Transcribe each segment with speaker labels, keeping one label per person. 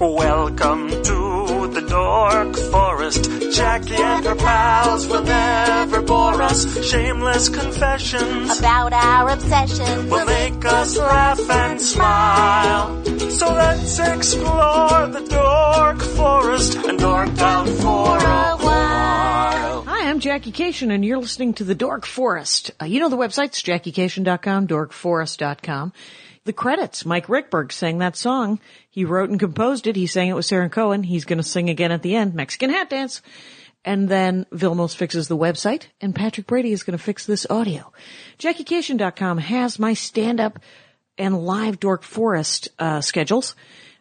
Speaker 1: Welcome to the Dork Forest. Jackie and her pals will never bore us. Shameless confessions
Speaker 2: about our obsession.
Speaker 1: will make us laugh and smile. So let's explore the Dork Forest and dork out for a while.
Speaker 3: Hi, I'm Jackie Cation, and you're listening to The Dork Forest. Uh, you know the websites, jackiecation.com, dorkforest.com. The credits, Mike Rickberg sang that song. He wrote and composed it. He sang it with Sarah Cohen. He's going to sing again at the end, Mexican Hat Dance. And then Vilmos fixes the website, and Patrick Brady is going to fix this audio. JackieCation.com has my stand-up and live Dork Forest uh, schedules,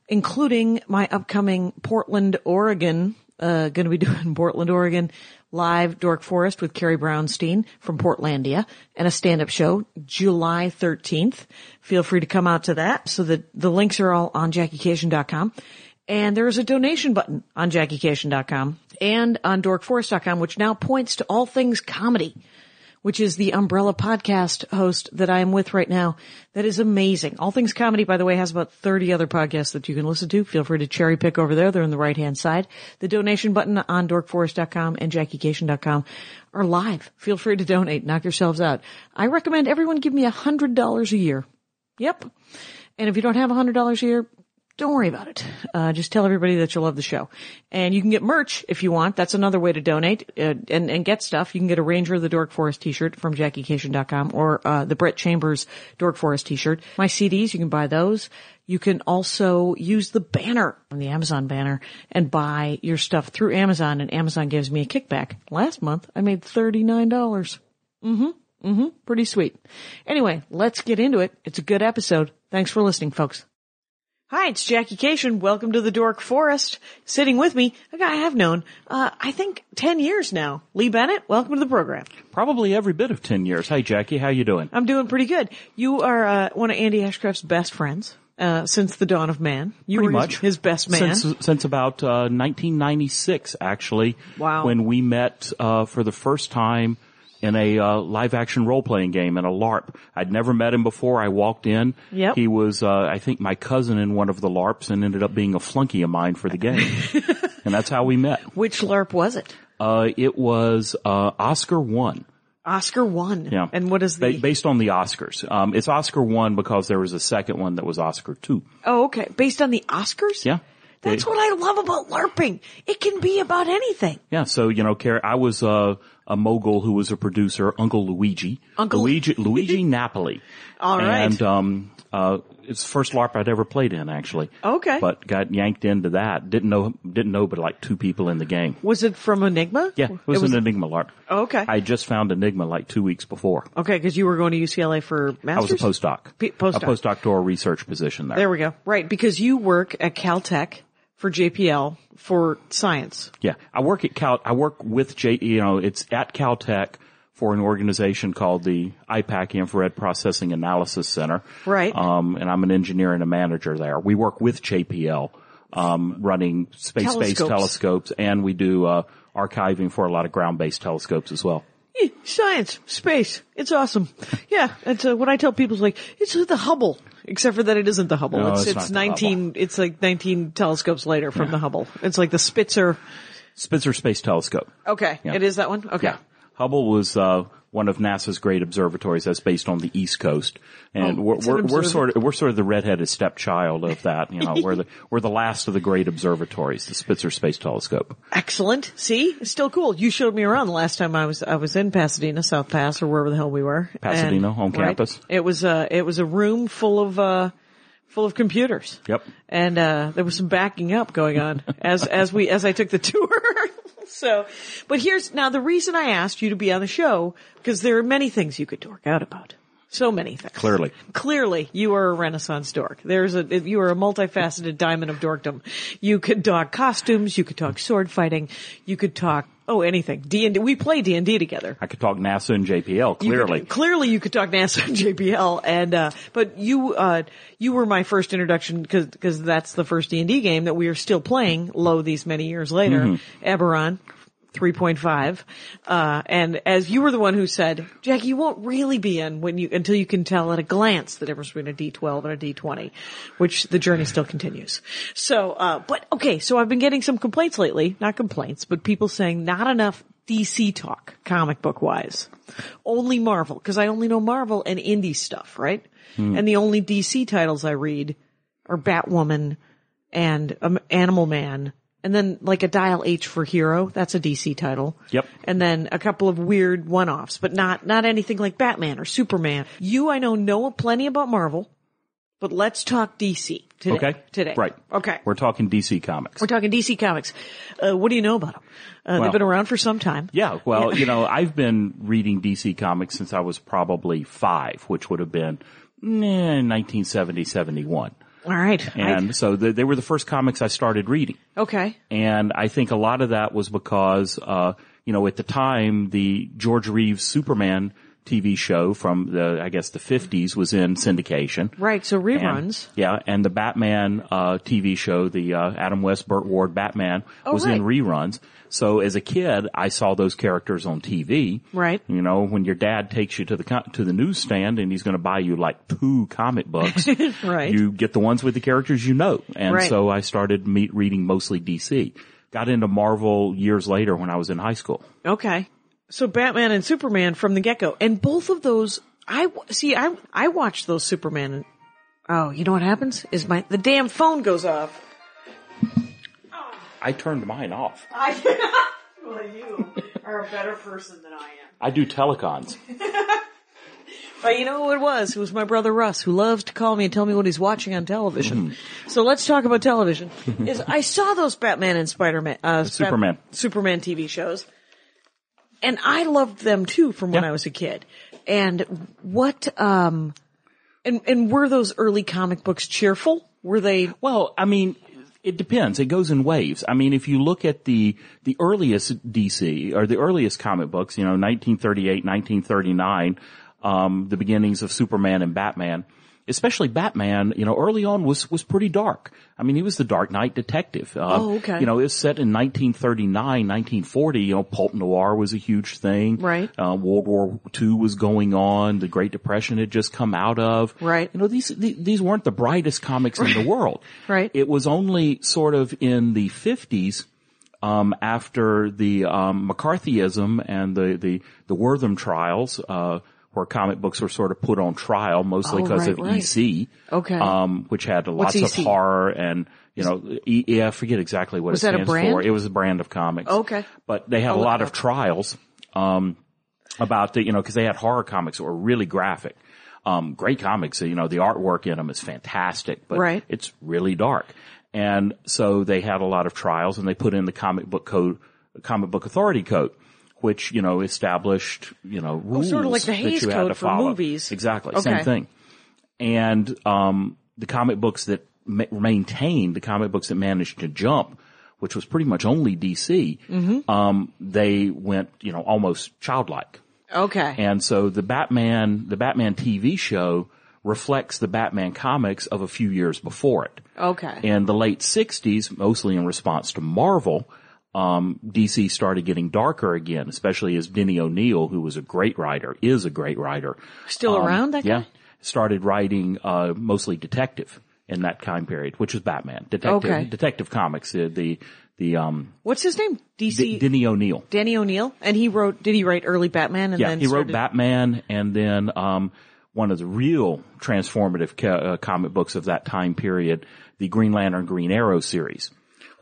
Speaker 3: including my upcoming Portland, Oregon. Uh, going to be doing Portland, Oregon live Dork Forest with Carrie Brownstein from Portlandia and a stand-up show July 13th. Feel free to come out to that. So that the links are all on JackieCation.com. And there is a donation button on JackieCation.com and on DorkForest.com, which now points to all things comedy which is the umbrella podcast host that I am with right now. That is amazing. All Things Comedy, by the way, has about 30 other podcasts that you can listen to. Feel free to cherry pick over there. They're on the right hand side. The donation button on dorkforest.com and jackiecation.com are live. Feel free to donate. Knock yourselves out. I recommend everyone give me a hundred dollars a year. Yep. And if you don't have a hundred dollars a year, don't worry about it. Uh, just tell everybody that you love the show, and you can get merch if you want. That's another way to donate uh, and and get stuff. You can get a Ranger of the Dork Forest T-shirt from JackieCation.com or uh, the Brett Chambers Dork Forest T-shirt. My CDs, you can buy those. You can also use the banner on the Amazon banner and buy your stuff through Amazon, and Amazon gives me a kickback. Last month, I made thirty nine dollars. Mm-hmm. Mm-hmm. Pretty sweet. Anyway, let's get into it. It's a good episode. Thanks for listening, folks. Hi, it's Jackie Cation. Welcome to the Dork Forest. Sitting with me, a guy I've known, uh, I think 10 years now. Lee Bennett, welcome to the program.
Speaker 4: Probably every bit of 10 years. Hey, Jackie, how you doing?
Speaker 3: I'm doing pretty good. You are, uh, one of Andy Ashcraft's best friends, uh, since the dawn of man. You
Speaker 4: Pretty
Speaker 3: were his-
Speaker 4: much.
Speaker 3: His, best man.
Speaker 4: Since, since about uh, 1996, actually.
Speaker 3: Wow.
Speaker 4: When we met uh, for the first time in a uh, live-action role-playing game in a LARP. I'd never met him before. I walked in.
Speaker 3: Yep.
Speaker 4: He was, uh, I think, my cousin in one of the LARPs and ended up being a flunky of mine for the game. and that's how we met.
Speaker 3: Which LARP was it?
Speaker 4: Uh, it was uh, Oscar 1.
Speaker 3: Oscar won.
Speaker 4: Yeah.
Speaker 3: And what is the,
Speaker 4: Ba- based on the Oscars. Um, it's Oscar 1 because there was a second one that was Oscar 2.
Speaker 3: oh, okay. Based on the Oscars?
Speaker 4: Yeah.
Speaker 3: That's
Speaker 4: They-
Speaker 3: what I love about LARPing. It can be about anything.
Speaker 4: Yeah, so you know, Carrie, I was uh, a mogul who was a producer, Uncle Luigi,
Speaker 3: Uncle-
Speaker 4: Luigi, Luigi Napoli.
Speaker 3: All right.
Speaker 4: and um, uh, it's the first LARP I'd ever played in, actually.
Speaker 3: Okay.
Speaker 4: but got yanked into that. Didn't know, didn't know, but like two people in the game.
Speaker 3: Was it Oh. from Enigma?
Speaker 4: Yeah, it was, an Enigma LARP.
Speaker 3: Okay.
Speaker 4: I just found Enigma like two weeks before.
Speaker 3: Okay, because you were going to UCLA for
Speaker 4: I was
Speaker 3: master's.
Speaker 4: a postdoc,
Speaker 3: P- postdoc.
Speaker 4: a postdoctoral research position there.
Speaker 3: There we go. Right, because you work at Caltech for JPL for science.
Speaker 4: Yeah, I work at Cal. I work with J. You know, it's at Caltech for an organization called the IPAC Infrared Processing Analysis Center.
Speaker 3: Right.
Speaker 4: Um, and I'm an engineer and a manager there. We work with JPL, um, running space-based
Speaker 3: Telescopes.
Speaker 4: telescopes, and we do uh, archiving for a lot of ground-based telescopes as well.
Speaker 3: Eh, Science, space, it's awesome. Yeah, it's uh, what I tell people is like it's the Hubble, except for that it isn't the Hubble.
Speaker 4: No,
Speaker 3: it's
Speaker 4: it's
Speaker 3: it's,
Speaker 4: not the
Speaker 3: nineteen. It's like nineteen telescopes later from the Hubble. It's like the Spitzer.
Speaker 4: Spitzer Space Telescope.
Speaker 3: Okay,
Speaker 4: Yeah.
Speaker 3: it is that one. Okay.
Speaker 4: Yeah. Hubble was uh, one of NASA's great observatories that's based on the East Coast, and
Speaker 3: Oh,
Speaker 4: we're,
Speaker 3: it's an
Speaker 4: we're, we're
Speaker 3: observa-
Speaker 4: sort of we're sort of the redheaded stepchild of that. You know, we're the we're the last of the great observatories, the Spitzer Space Telescope.
Speaker 3: Excellent. See, it's still cool. You showed me around the last time I was I was in Pasadena, South Pass, or wherever the hell we were.
Speaker 4: Pasadena,
Speaker 3: And-
Speaker 4: on
Speaker 3: right.
Speaker 4: campus.
Speaker 3: It was a it was a room full of uh full of computers.
Speaker 4: Yep.
Speaker 3: And uh there was some backing up going on as as we as I took the tour. so, but here's now the reason I asked you to be on the show because there are many things you could dork out about. So many things.
Speaker 4: Clearly.
Speaker 3: Clearly, you are a renaissance dork. There's a, you are a multifaceted diamond of dorkdom. You could talk costumes, you could talk sword fighting, you could talk, oh, anything. D&D, we play D&D together.
Speaker 4: I could talk NASA and JPL
Speaker 3: You could-
Speaker 4: clearly.
Speaker 3: clearly you could talk NASA and JPL and, uh, but you, uh, you were my first introduction cause, cause that's the first D&D game that we are still playing, lo, these many years later. Eberron. 3.5. Uh, and as you were the one who said, Jackie, you won't really be in when you, until you can tell at a glance the difference between a D12 and a D20, which the journey still continues. So, uh, but okay, so I've been getting some complaints lately, not complaints, but people saying not enough DC talk, comic book wise. Only Marvel, because I only know Marvel and indie stuff, right?
Speaker 4: Hmm.
Speaker 3: And the only DC titles I read are Batwoman and um, Animal Man, and then like a Dial H for Hero. That's a DC title.
Speaker 4: Yep.
Speaker 3: And then a couple of weird one-offs, but not not anything like Batman or Superman. You, I know, know plenty about Marvel, but let's talk DC today.
Speaker 4: Okay.
Speaker 3: Today.
Speaker 4: Right.
Speaker 3: Okay.
Speaker 4: We're talking DC Comics.
Speaker 3: We're talking DC Comics. Uh, what do you know about them? Uh,
Speaker 4: Well-
Speaker 3: they've been around for some time.
Speaker 4: Yeah, well, you know, I've been reading DC Comics since I was probably five, which would have been eh, 1970, 71.
Speaker 3: All right.
Speaker 4: And so th they were the first comics I started reading.
Speaker 3: I- okay.
Speaker 4: And I think a lot of that was because, uh, you know, at the time, the George Reeves Superman TV show from the, I guess the 50s was in syndication.
Speaker 3: Right. So
Speaker 4: And-
Speaker 3: reruns.
Speaker 4: yeah, and the Batman uh, TV show, the uh, Adam West, Burt Ward Batman,
Speaker 3: Oh,
Speaker 4: was in
Speaker 3: right.
Speaker 4: reruns. So as a kid, I saw those characters on TV.
Speaker 3: Right.
Speaker 4: You know, when your dad takes you to the co- to the newsstand and he's going to buy you like two comic books,
Speaker 3: Right.
Speaker 4: you get the ones with the characters you know. And
Speaker 3: Right.
Speaker 4: so I started meet, reading mostly DC. Got into Marvel years later when I was in high school.
Speaker 3: Okay. So Batman and Superman from the get-go. And both of those, I, w- see, I, I watched those Superman and, oh, you know what happens? Is my, the damn phone goes off.
Speaker 4: I turned mine off.
Speaker 3: I, well, you are a better person than I am.
Speaker 4: I do telecons.
Speaker 3: But you know who it was? It was my brother Russ, who loves to call me and tell me what he's watching on
Speaker 4: Hmm.
Speaker 3: television. So let's talk about television. Is I saw those Batman and Spider-Man, uh, Sp-
Speaker 4: Superman.
Speaker 3: Superman TV shows. And I loved them too from when
Speaker 4: Yeah.
Speaker 3: I was a kid. And what, um, and, and were those early comic books cheerful? Were they?
Speaker 4: Well, I mean, it depends. It goes in waves. I mean, if you look at the the earliest DC or the earliest comic books, you know, 1938, 1939, um, the beginnings of Superman and Batman, especially Batman, you know, early on was was pretty dark. I mean, he was the Dark Knight detective. Uh,
Speaker 3: Oh, okay.
Speaker 4: You know, it was set in 1939, 1940. You know, pulp noir was a huge thing.
Speaker 3: Right.
Speaker 4: Uh, World War II was going on. The Great Depression had just come out of.
Speaker 3: Right.
Speaker 4: You know, these the- these weren't the brightest comics in the world.
Speaker 3: Right.
Speaker 4: It was only sort of in the fifties, um, after the um, McCarthyism and the the the Wortham trials, uh, where comic books were sort of put on trial, mostly
Speaker 3: Oh,
Speaker 4: because
Speaker 3: right,
Speaker 4: of
Speaker 3: right.
Speaker 4: EC.
Speaker 3: Okay.
Speaker 4: Um, which had lots of
Speaker 3: EC?
Speaker 4: horror and. You know, e- yeah, I forget exactly what
Speaker 3: Was
Speaker 4: it
Speaker 3: that a
Speaker 4: stands
Speaker 3: brand?
Speaker 4: for. It was a brand of comics.
Speaker 3: Okay. Oh,
Speaker 4: But they had a
Speaker 3: look
Speaker 4: lot
Speaker 3: it
Speaker 4: of
Speaker 3: up.
Speaker 4: trials, um, about the, you know, cause they had horror comics that were really graphic. Um, great comics, you know, the artwork in them is fantastic, but
Speaker 3: Right.
Speaker 4: it's really dark. And so they had a lot of trials and they put in the comic book code, comic book authority code, which, you know, established, you know, rules.
Speaker 3: Oh, sort of like the
Speaker 4: that
Speaker 3: Hays
Speaker 4: you had
Speaker 3: Code
Speaker 4: to
Speaker 3: for
Speaker 4: follow.
Speaker 3: movies.
Speaker 4: Exactly.
Speaker 3: Okay.
Speaker 4: Same thing. And, um, the comic books that ma- maintained, the comic books that managed to jump, which was pretty much only DC,
Speaker 3: Mm-hmm.
Speaker 4: um, they went, you know, almost childlike.
Speaker 3: Okay.
Speaker 4: And so the Batman, the Batman TV show reflects the Batman comics of a few years before it.
Speaker 3: okay.
Speaker 4: In the late 60s, mostly in response to Marvel, um, DC started getting darker again, especially as Denny O'Neil, who was a great writer, is a great writer.
Speaker 3: Still around that
Speaker 4: um, Yeah.
Speaker 3: guy?
Speaker 4: Started writing, uh, mostly detective in that time period, which was Batman. Detective,
Speaker 3: Okay.
Speaker 4: detective comics, uh, the, the, um,
Speaker 3: What's his name? DC.
Speaker 4: D- Denny O'Neil.
Speaker 3: Danny O'Neill, and he wrote. Did he write early Batman? And
Speaker 4: Yeah,
Speaker 3: then
Speaker 4: he wrote
Speaker 3: started-
Speaker 4: Batman, and then um, one of the real transformative ca- uh, comic books of that time period, the Green Lantern Green Arrow series,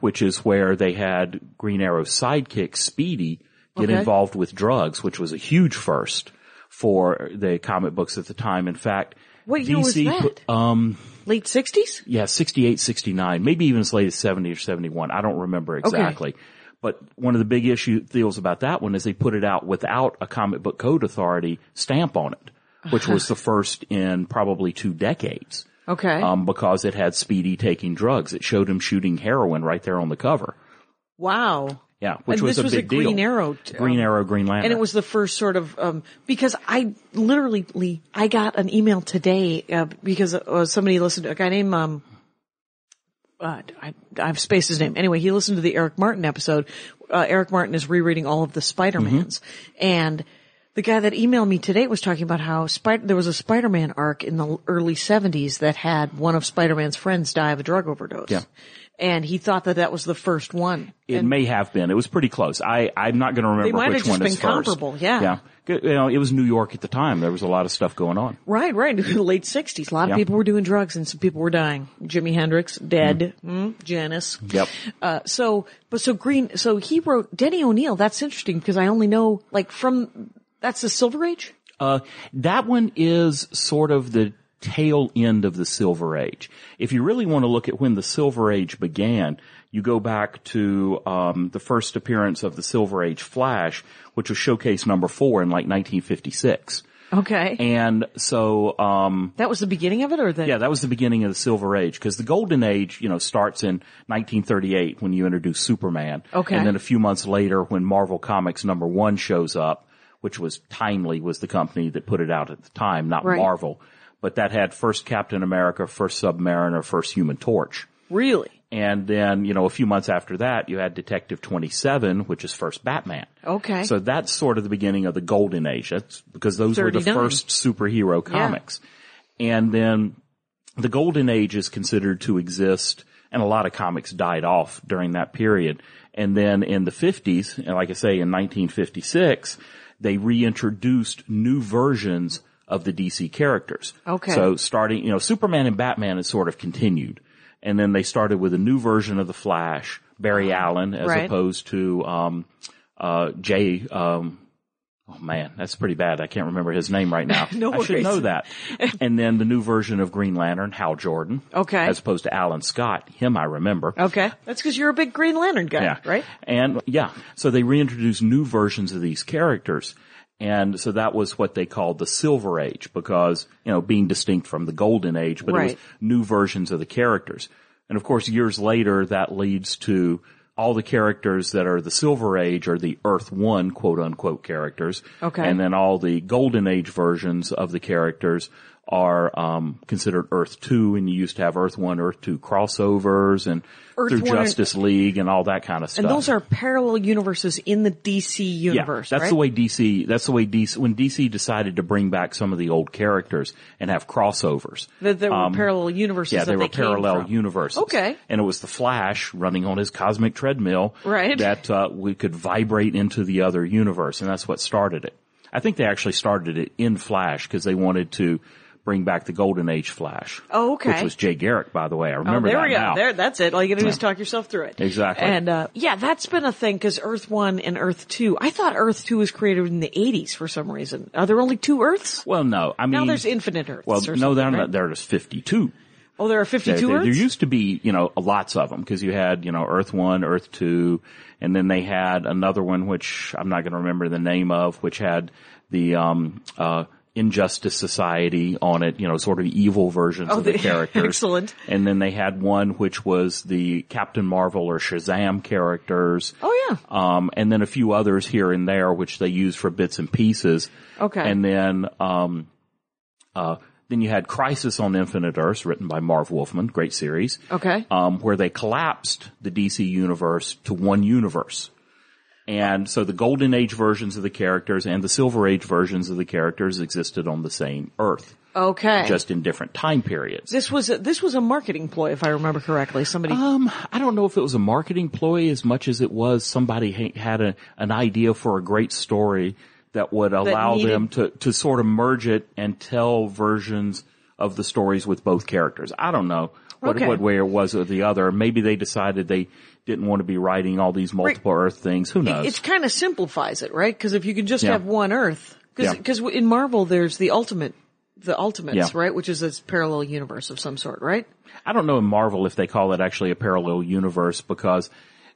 Speaker 4: which is where they had Green Arrow's sidekick Speedy get
Speaker 3: Okay.
Speaker 4: involved with drugs, which was a huge first for the comic books at the time. In fact,
Speaker 3: What year was
Speaker 4: DC
Speaker 3: that?
Speaker 4: put- um,
Speaker 3: late sixties.
Speaker 4: yeah, 68, 69, maybe even as late as 70 or 71. I don't remember exactly. But one of the big issue deals about that one is they put it out without a comic book code authority stamp on it, which was the first in probably two decades.
Speaker 3: Okay.
Speaker 4: Um, because it had Speedy taking drugs. It showed him shooting heroin right there on the cover.
Speaker 3: wow.
Speaker 4: Yeah, which
Speaker 3: And
Speaker 4: was
Speaker 3: this
Speaker 4: a
Speaker 3: was
Speaker 4: big
Speaker 3: a Green
Speaker 4: deal.
Speaker 3: Arrow, t- uh,
Speaker 4: Green Arrow, Green Lantern.
Speaker 3: And it was the first sort of um, because I literally Lee, I got an email today uh, because uh, somebody listened a guy named um, uh, I, I've spaced his name. Anyway, he listened to the Eric Martin episode. Uh, Eric Martin is rereading all of the Spider-Mans and the guy that emailed me today was talking about how Spider, there was a Spider-Man arc in the early seventies that had one of Spider-Man's friends die of a drug overdose.
Speaker 4: Yeah.
Speaker 3: And he thought that that was the first one.
Speaker 4: It may have been. It was pretty close. I, I'm not going to remember
Speaker 3: They might have
Speaker 4: which
Speaker 3: just
Speaker 4: one
Speaker 3: been
Speaker 4: is first.
Speaker 3: comparable, yeah.
Speaker 4: Yeah. Good- You know, it was New York at the time. There was a lot of stuff going on.
Speaker 3: Right, right. In the late sixties, a lot
Speaker 4: Yeah.
Speaker 3: of people were doing drugs and some people were dying. Jimi Hendrix, dead. Mm, Janis.
Speaker 4: Mm-hmm. Yep.
Speaker 3: Uh, so, but so Green, so he wrote Denny O'Neill. That's interesting because I only know like from, that's the Silver Age?
Speaker 4: Uh, that one is sort of the tail end of the Silver Age. If you really want to look at when the Silver Age began, you go back to um, the first appearance of the Silver Age Flash, which was showcase number four in like 1956.
Speaker 3: Okay.
Speaker 4: And so, um,
Speaker 3: that was the beginning of it or the,
Speaker 4: yeah, that was the beginning of the Silver Age because the Golden Age, you know, starts in 1938 when you introduce Superman.
Speaker 3: Okay.
Speaker 4: And then a few months later when Marvel Comics number one shows up, which was Timely was the company that put it out at the time, not
Speaker 3: Right.
Speaker 4: Marvel. But that had first Captain America, first Submariner, first Human Torch.
Speaker 3: really?
Speaker 4: And then, you know, a few months after that, you had Detective 27, which is first Batman.
Speaker 3: Okay.
Speaker 4: So that's sort of the beginning of the golden age. That's because those were the
Speaker 3: 39.
Speaker 4: first superhero comics. And then the golden age is considered to exist and a lot of comics died off during that period. And then in the 50s, and like I say, in 1956, they reintroduced new versions of the DC characters.
Speaker 3: Okay.
Speaker 4: So starting, you know, Superman and Batman has sort of continued. And then they started with a new version of the Flash, Barry Allen, as
Speaker 3: Uh-huh. Right.
Speaker 4: opposed to, um, uh, Jay, um, Oh man, that's pretty bad. I can't remember his name right now.
Speaker 3: No
Speaker 4: I should
Speaker 3: worries.
Speaker 4: know that. And then the new version of Green Lantern, Hal Jordan.
Speaker 3: Okay.
Speaker 4: As opposed to Alan Scott. Him I remember.
Speaker 3: Okay. That's because you're a big Green Lantern guy,
Speaker 4: Yeah.
Speaker 3: right?
Speaker 4: And yeah. So they reintroduced new versions of these characters. And so that was what they called the Silver Age because, you know, being distinct from the Golden Age, but it was
Speaker 3: Right.
Speaker 4: new versions of the characters. And of course, years later, that leads to all the characters that are the Silver Age or the Earth One quote unquote characters.
Speaker 3: Okay.
Speaker 4: And then all the Golden Age versions of the characters are, um, considered Earth Two and you used to have Earth One, Earth Two crossovers and
Speaker 3: Earth
Speaker 4: through
Speaker 3: One and-
Speaker 4: Justice League and all that kind of stuff.
Speaker 3: And those are parallel universes in the DC
Speaker 4: Yeah,
Speaker 3: universe,
Speaker 4: that's
Speaker 3: right?
Speaker 4: the way DC. That's the way DC. When DC decided to bring back some of the old characters and have crossovers,
Speaker 3: That there were
Speaker 4: um,
Speaker 3: parallel universes
Speaker 4: Yeah,
Speaker 3: that
Speaker 4: they were
Speaker 3: they came
Speaker 4: parallel
Speaker 3: from.
Speaker 4: universes.
Speaker 3: Okay.
Speaker 4: and it was the Flash running on his cosmic treadmill,
Speaker 3: Right.
Speaker 4: That uh, we could vibrate into the other universe, and that's what started it. I think they actually started it in Flash because they wanted to bring back the Golden Age Flash.
Speaker 3: Oh, okay.
Speaker 4: Which was Jay Garrick, by the way.
Speaker 3: Oh,
Speaker 4: I remember
Speaker 3: there
Speaker 4: that
Speaker 3: we go.
Speaker 4: now.
Speaker 3: There, that's it. All you gotta do is talk yourself through it.
Speaker 4: Exactly.
Speaker 3: And uh, yeah, that's been a thing because Earth One and Earth Two. I thought Earth Two was created in the '80s for some reason. Are there only two Earths?
Speaker 4: Well, no, I mean
Speaker 3: now there's infinite Earths.
Speaker 4: Well,
Speaker 3: or
Speaker 4: no,
Speaker 3: something,
Speaker 4: there
Speaker 3: right?
Speaker 4: not. there's fifty-two.
Speaker 3: Oh, there are
Speaker 4: There,
Speaker 3: 52
Speaker 4: there, there
Speaker 3: Earths.
Speaker 4: used to be, you know, lots of them because you had, you know, Earth One, Earth Two, and then they had another one which I'm not going to remember the name of, which had the um, uh, Injustice Society on it, you know, sort of evil versions
Speaker 3: Oh,
Speaker 4: of the,
Speaker 3: the-
Speaker 4: characters.
Speaker 3: excellent.
Speaker 4: And then they had one which was the Captain Marvel or Shazam characters.
Speaker 3: Oh, yeah.
Speaker 4: Um, and then a few others here and there which they used for bits and pieces.
Speaker 3: Okay.
Speaker 4: And then um, uh, then you had Crisis on Infinite Earths, written by Marv Wolfman, great series.
Speaker 3: Okay.
Speaker 4: Um, where they collapsed the DC universe to one universe. And so the Golden Age versions of the characters and the Silver Age versions of the characters existed on the same Earth,
Speaker 3: okay.
Speaker 4: just in different time periods.
Speaker 3: this was a, this was a marketing ploy, if I remember correctly. Somebody.
Speaker 4: Um, I don't know if it was a marketing ploy as much as it was somebody ha- had a, an idea for a great story that would allow
Speaker 3: needed-
Speaker 4: them to, to sort of merge it and tell versions of the stories with both characters. I don't know what,
Speaker 3: Okay.
Speaker 4: what way it was or the other. Maybe they decided they didn't want to be writing all these multiple Earth things. Who knows?
Speaker 3: it kind of simplifies it, right? Because if you could just
Speaker 4: Yeah.
Speaker 3: have one Earth,
Speaker 4: Yeah.
Speaker 3: because in Marvel there's the ultimate, the Ultimates,
Speaker 4: Yeah.
Speaker 3: right, which is this parallel universe of some sort, right?
Speaker 4: I don't know in Marvel if they call it actually a parallel universe because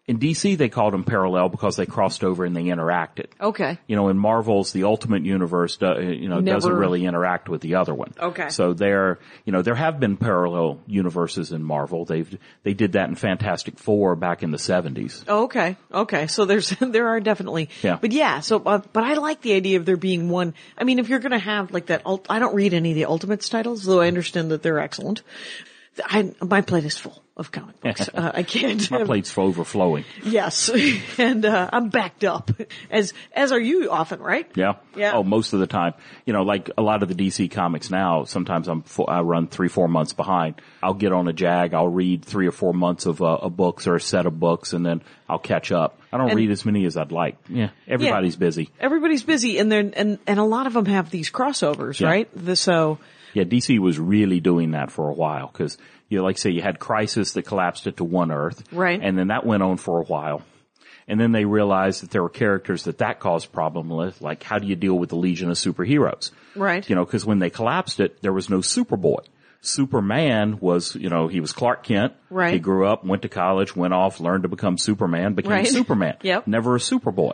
Speaker 4: in DC they called them parallel because they crossed over and they interacted.
Speaker 3: Okay.
Speaker 4: you know, in Marvel's, the Ultimate Universe, do, uh, you know,
Speaker 3: Never-
Speaker 4: doesn't really interact with the other one.
Speaker 3: Okay.
Speaker 4: So there, you know, there have been parallel universes in Marvel. They've they did that in Fantastic Four back in the seventies.
Speaker 3: Oh, okay. Okay. So there's, there are definitely,
Speaker 4: Yeah.
Speaker 3: but yeah, so, uh, but I like the idea of there being one. I mean, if you're going to have like that, ult- I don't read any of the Ultimates titles, though I understand that they're excellent. I, my plate is full of comic books. Uh, I can't.
Speaker 4: My plate's for overflowing.
Speaker 3: Yes, and uh, I'm backed up, as as are you often, right?
Speaker 4: Yeah.
Speaker 3: Yeah.
Speaker 4: Oh, most of the time. You know, like a lot of the DC comics now, sometimes I'm, fo- I run three, four months behind. I'll get on a jag. I'll read three or four months of, uh, of books or a set of books and then I'll catch up. I don't
Speaker 3: And-
Speaker 4: read as many as I'd like. Yeah. Everybody's busy.
Speaker 3: Everybody's busy, and then and and a lot of them have these crossovers,
Speaker 4: Yeah.
Speaker 3: right? The, so
Speaker 4: Yeah. DC was really doing that for a while because, you know, like I say, you had Crisis that collapsed it to one Earth.
Speaker 3: Right.
Speaker 4: And then that went on for a while. And then they realized that there were characters that that caused problem with, like how do you deal with the Legion of Superheroes?
Speaker 3: Right.
Speaker 4: You know, cause when they collapsed it, there was no Superboy. Superman was, you know, he was Clark Kent.
Speaker 3: Right.
Speaker 4: He grew up, went to college, went off, learned to become Superman, became
Speaker 3: Right.
Speaker 4: Superman.
Speaker 3: Yep.
Speaker 4: Never a Superboy.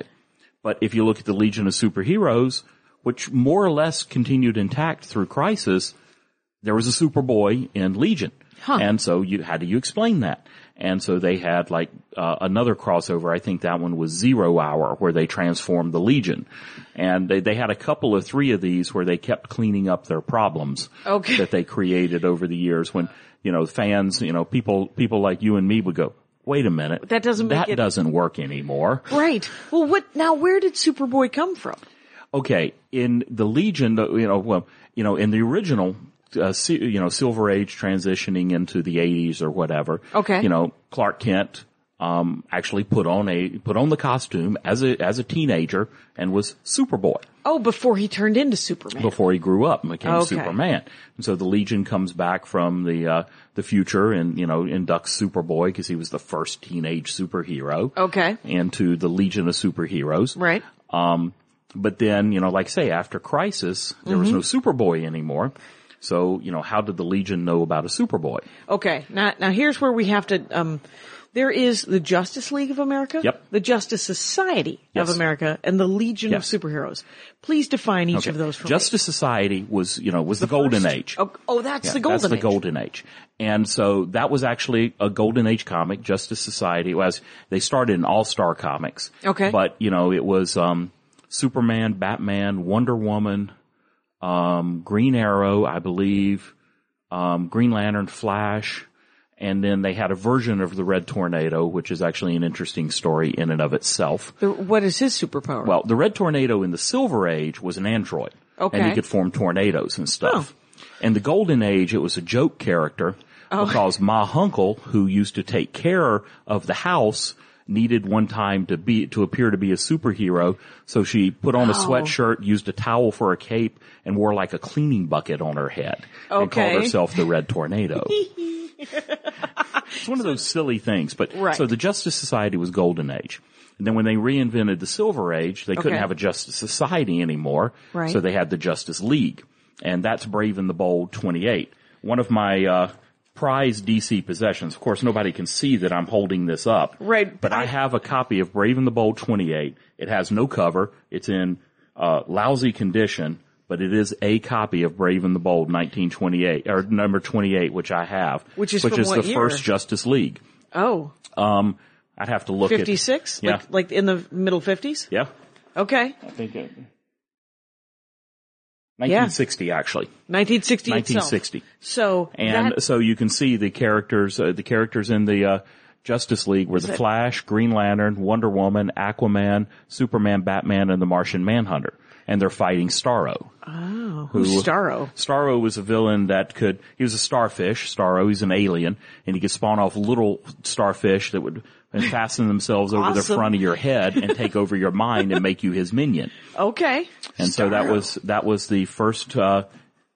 Speaker 4: But if you look at the Legion of Superheroes, which more or less continued intact through Crisis, there was a Superboy in Legion.
Speaker 3: Huh.
Speaker 4: And so you, how do you explain that? And so they had like, uh, another crossover. I think that one was Zero Hour where they transformed the Legion. And they, they had a couple of three of these where they kept cleaning up their problems
Speaker 3: Okay.
Speaker 4: that they created over the years when, you know, fans, you know, people, people like you and me would go, wait a minute.
Speaker 3: That doesn't make
Speaker 4: that
Speaker 3: it-
Speaker 4: doesn't work anymore.
Speaker 3: right. Well, what now? Where did Superboy come from?
Speaker 4: okay, in the Legion, the- you know, well, you know, in the original, uh, si- you know, Silver Age transitioning into the 80s or whatever.
Speaker 3: Okay.
Speaker 4: You know, Clark Kent, um, actually put on a, put on the costume as a, as a teenager and was Superboy
Speaker 3: Oh, before he turned into Superman.
Speaker 4: before he grew up and became
Speaker 3: Okay.
Speaker 4: Superman. And so the Legion comes back from the, uh, the future and, you know, inducts Superboy because he was the first teenage superhero.
Speaker 3: Okay.
Speaker 4: Into the Legion of Superheroes.
Speaker 3: Right.
Speaker 4: Um, but then, you know, like say after Crisis, there was no
Speaker 3: Mm-hmm.
Speaker 4: Superboy anymore. So, you know, how did the Legion know about a Superboy?
Speaker 3: Okay. Now, now here's where we have to. Um, there is the Justice League of America,
Speaker 4: Yep.
Speaker 3: the Justice Society
Speaker 4: Yes.
Speaker 3: of America, and the Legion
Speaker 4: Yes.
Speaker 3: of Superheroes. Please define each of those for me.
Speaker 4: Justice Society was, you know, was the, golden
Speaker 3: First-
Speaker 4: age.
Speaker 3: Oh, oh, that's
Speaker 4: Yeah,
Speaker 3: the golden.
Speaker 4: That's the
Speaker 3: age.
Speaker 4: golden age. And so that was actually a golden age comic, Justice Society. It was, they started in All Star Comics.
Speaker 3: Okay.
Speaker 4: But, you know, it was, um, Superman, Batman, Wonder Woman, um, Green Arrow, I believe, um, Green Lantern, Flash, and then they had a version of the Red Tornado, which is actually an interesting story in and of itself.
Speaker 3: The- what is his superpower?
Speaker 4: Well, the Red Tornado in the Silver Age was an android. And
Speaker 3: Okay. Oh.
Speaker 4: he could form tornadoes and stuff. And the Golden Age, it was a joke character because my uncle, who used to take care of the house, needed one time to be, to appear to be a superhero. So she put on a
Speaker 3: Oh.
Speaker 4: sweatshirt, used a towel for a cape, and wore like a cleaning bucket on her head. And called
Speaker 3: Okay.
Speaker 4: herself the Red Tornado. it's one of those silly things, but
Speaker 3: Right.
Speaker 4: so the Justice Society was golden age. And then when they reinvented the Silver Age, they couldn't
Speaker 3: Okay.
Speaker 4: have a Justice Society anymore.
Speaker 3: Right.
Speaker 4: So they had the Justice League. And that's Brave and the Bold 28. One of my, uh, prized DC possessions. Of course, nobody can see that I'm holding this up.
Speaker 3: Right,
Speaker 4: But I, have a copy of Brave and the Bold 28. It has no cover. It's in, uh, lousy condition, but it is a copy of Brave and the Bold 1928, or number 28, which I have.
Speaker 3: Which is
Speaker 4: which
Speaker 3: from
Speaker 4: is
Speaker 3: what
Speaker 4: the
Speaker 3: year?
Speaker 4: first Justice League.
Speaker 3: oh,
Speaker 4: Um, I'd have to look at
Speaker 3: 56?
Speaker 4: Yeah.
Speaker 3: Like, like in the middle 50s?
Speaker 4: yeah.
Speaker 3: Okay.
Speaker 4: I think it. 1960 actually.
Speaker 3: 1960
Speaker 4: 1960.
Speaker 3: itself. So,
Speaker 4: And
Speaker 3: that,
Speaker 4: so you can see the characters, uh, the characters in the, uh, Justice League were the
Speaker 3: it-
Speaker 4: Flash, Green Lantern, Wonder Woman, Aquaman, Superman, Batman, and the Martian Manhunter. And they're fighting Starro.
Speaker 3: who's Starro?
Speaker 4: Starro was a villain that could, he was a starfish, Starro, he's an alien, and he could spawn off little starfish that would fasten themselves over the
Speaker 3: Awesome.
Speaker 4: front of your head and take over your mind and make you his minion.
Speaker 3: Okay.
Speaker 4: And so that
Speaker 3: Starro.
Speaker 4: was, that was the first, uh,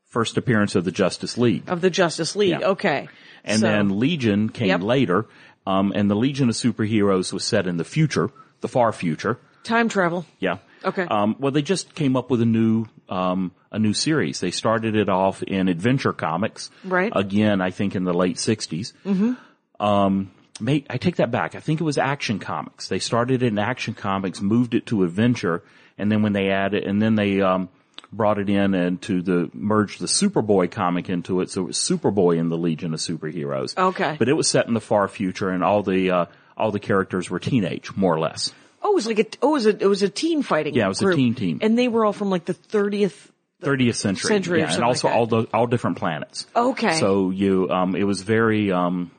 Speaker 4: first appearance of the Justice League.
Speaker 3: Of the Justice League.
Speaker 4: Yeah.
Speaker 3: Okay.
Speaker 4: And
Speaker 3: Oh, So-
Speaker 4: then Legion came
Speaker 3: Yep.
Speaker 4: later, um, and the Legion of Superheroes was set in the future, the far future.
Speaker 3: Time travel.
Speaker 4: Yeah.
Speaker 3: Okay.
Speaker 4: Um, well, they just came up with a new, um, a new series. They started it off in Adventure Comics.
Speaker 3: Right.
Speaker 4: Again, I think in the late 60s. Mm-hmm. Um, may, I take that back. I think it was Action Comics. They started it in Action Comics, moved it to Adventure, and then when they added, and then they, um, brought it in and to the, merged the Superboy comic into it, so it was Superboy in the Legion of Superheroes.
Speaker 3: Okay.
Speaker 4: But it was set in the far future and all the, uh, all the characters were teenage, more or less.
Speaker 3: Oh, it was like a, oh, it was a, it was a teen fighting
Speaker 4: Yeah, it was a
Speaker 3: group.
Speaker 4: teen team.
Speaker 3: And they were all from like the 30th
Speaker 4: 30th century,
Speaker 3: Century or
Speaker 4: yeah, and
Speaker 3: something
Speaker 4: also
Speaker 3: like that.
Speaker 4: all the, all different planets.
Speaker 3: Okay.
Speaker 4: So you, um, it was very, um,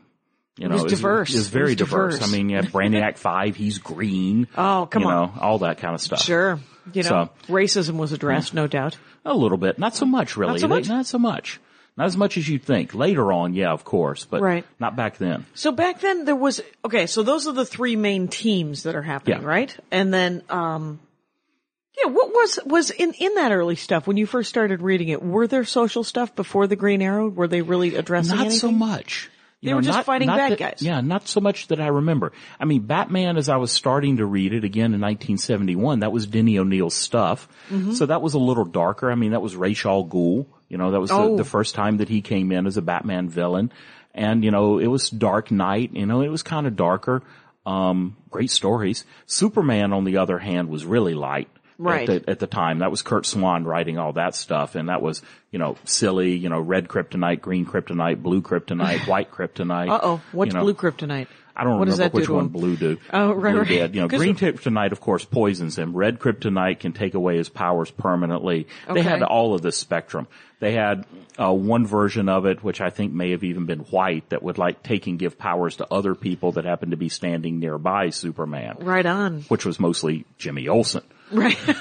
Speaker 4: you know,
Speaker 3: was diverse.
Speaker 4: It was
Speaker 3: It
Speaker 4: very
Speaker 3: was
Speaker 4: diverse.
Speaker 3: diverse.
Speaker 4: I mean, you had Brainiac Five. He's green.
Speaker 3: Oh, come
Speaker 4: you
Speaker 3: on.
Speaker 4: Know, all that kind of stuff.
Speaker 3: Sure. You know,
Speaker 4: So-
Speaker 3: racism was addressed, no doubt.
Speaker 4: A little bit. Not so much, really.
Speaker 3: so
Speaker 4: They-
Speaker 3: much?
Speaker 4: not so much. Not as much as you'd think. Later on, yeah, of course, but
Speaker 3: Right.
Speaker 4: not back then.
Speaker 3: So back then there was, okay, so those are the three main teams that are happening,
Speaker 4: Yeah.
Speaker 3: right? And then, um, yeah, what was, was in, in that early stuff when you first started reading it, were there social stuff before the Green Arrow? Were they really addressing
Speaker 4: Not
Speaker 3: anything?
Speaker 4: so much. You
Speaker 3: They were just fighting bad
Speaker 4: that-
Speaker 3: guys.
Speaker 4: Yeah, not so much that I remember. I mean, Batman, as I was starting to read it again in 1971, that was Denny O'Neill's stuff.
Speaker 3: Mm-hmm.
Speaker 4: So that was a little darker. I mean, that was Ra's al Ghul. You know, that was
Speaker 3: Oh.
Speaker 4: the, the first time that he came in as a Batman villain. And, you know, it was Dark Knight. You know, it was kind of darker. Um, great stories. Superman, on the other hand, was really light. at
Speaker 3: Right.
Speaker 4: the- at the time. That was Kurt Swan writing all that stuff, and that was you know silly, you know red kryptonite, green kryptonite, blue kryptonite, white kryptonite.
Speaker 3: Uh oh, what's
Speaker 4: you know.
Speaker 3: blue kryptonite?
Speaker 4: I don't
Speaker 3: what does
Speaker 4: remember
Speaker 3: that do
Speaker 4: which
Speaker 3: to
Speaker 4: one
Speaker 3: him?
Speaker 4: blue do.
Speaker 3: Oh, right,
Speaker 4: blue
Speaker 3: right.
Speaker 4: Did. You know,
Speaker 3: 'Cause-
Speaker 4: green kryptonite, of course, poisons him. Red kryptonite can take away his powers permanently.
Speaker 3: Okay.
Speaker 4: They had all of this spectrum. They had uh, one version of it, which I think may have even been white, that would like take and give powers to other people that happened to be standing nearby Superman,
Speaker 3: Right on.
Speaker 4: which was mostly Jimmy Olsen.
Speaker 3: Right.
Speaker 4: You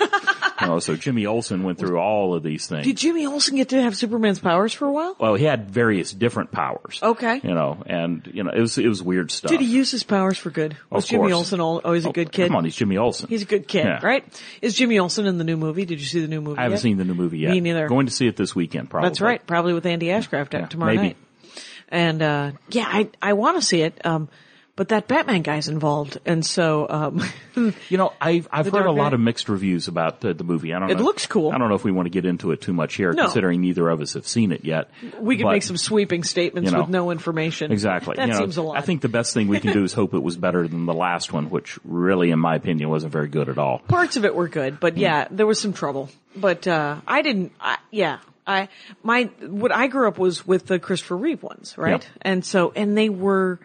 Speaker 4: know, Oh, so Jimmy Olsen went through all of these things.
Speaker 3: Did Jimmy Olsen get to have Superman's powers for a while?
Speaker 4: well, he had various different powers.
Speaker 3: Okay.
Speaker 4: You know, and you know, it was it was weird stuff.
Speaker 3: Did he use his powers for good? Was
Speaker 4: Uh, Of
Speaker 3: Jimmy
Speaker 4: course. Oh,
Speaker 3: Olsen al- always a good kid?
Speaker 4: Come on, he's Jimmy Olsen.
Speaker 3: He's a good kid,
Speaker 4: Yeah.
Speaker 3: right? Is Jimmy Olsen in the new movie? Did you see the new movie?
Speaker 4: I haven't
Speaker 3: yet?
Speaker 4: seen the new movie yet.
Speaker 3: Me neither.
Speaker 4: Going to see it this weekend, probably.
Speaker 3: That's right. Probably with Andy Ashcraft out
Speaker 4: Yeah,
Speaker 3: tomorrow
Speaker 4: maybe.
Speaker 3: night. And uh yeah, I I want to see it. Um but that Batman guy's involved and so um
Speaker 4: You know, I've I've
Speaker 3: The
Speaker 4: heard a
Speaker 3: Dark
Speaker 4: lot
Speaker 3: Knight.
Speaker 4: of mixed reviews about the, the movie. I don't.
Speaker 3: It
Speaker 4: know-
Speaker 3: looks cool.
Speaker 4: I don't know if we want to get into it too much here,
Speaker 3: No.
Speaker 4: considering neither of us have seen it yet.
Speaker 3: we could
Speaker 4: But-
Speaker 3: make some sweeping statements
Speaker 4: you know,
Speaker 3: with no information.
Speaker 4: Exactly.
Speaker 3: That
Speaker 4: You know,
Speaker 3: seems a lot.
Speaker 4: I think the best thing we can do is hope it was better than the last one, which really, in my opinion, wasn't very good at all.
Speaker 3: parts of it were good, but yeah, there was some trouble. But uh I didn't I, yeah. I my what I grew up was with the Christopher Reeve ones, right?
Speaker 4: Yep.
Speaker 3: And so and they were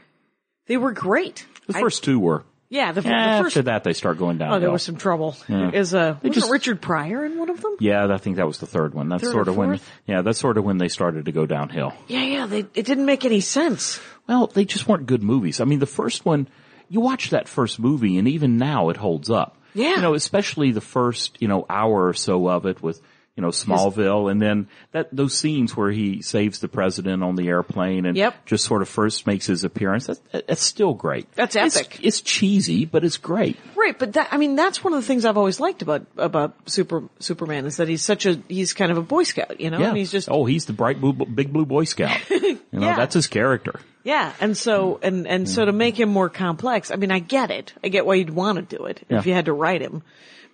Speaker 3: they were great.
Speaker 4: The
Speaker 3: I-
Speaker 4: first two were.
Speaker 3: yeah, the, f-
Speaker 4: Eh,
Speaker 3: the first
Speaker 4: after that, they start going down.
Speaker 3: Oh, there was some trouble. Is a was
Speaker 4: just-
Speaker 3: Richard Pryor in one of them?
Speaker 4: Yeah, I think that was the third one. That's
Speaker 3: Third or
Speaker 4: sort of when,
Speaker 3: fourth?
Speaker 4: yeah, that's sort of when they started to go downhill.
Speaker 3: Yeah, yeah. They, it didn't make any sense.
Speaker 4: Well, they just weren't good movies. I mean, the first one, you watch that first movie and even now it holds up.
Speaker 3: Yeah.
Speaker 4: You know, especially the first, you know, hour or so of it with, you know, Smallville and then that, those scenes where he saves the president on the airplane and
Speaker 3: Yep.
Speaker 4: just sort of first makes his appearance. That's, that's still great.
Speaker 3: That's
Speaker 4: It's-
Speaker 3: epic.
Speaker 4: It's, cheesy, but it's great.
Speaker 3: Right, but that I mean that's one of the things I've always liked about about Super Superman is that he's such a he's kind of a boy scout, you know,
Speaker 4: Yeah.
Speaker 3: and he's just
Speaker 4: oh, he's the bright blue, big blue boy scout. you know,
Speaker 3: Yeah.
Speaker 4: that's his character.
Speaker 3: yeah, and so
Speaker 4: Mm.
Speaker 3: and and so to make him more complex, I mean I get it, I get why you'd want to do it
Speaker 4: Yeah.
Speaker 3: if you had to write him,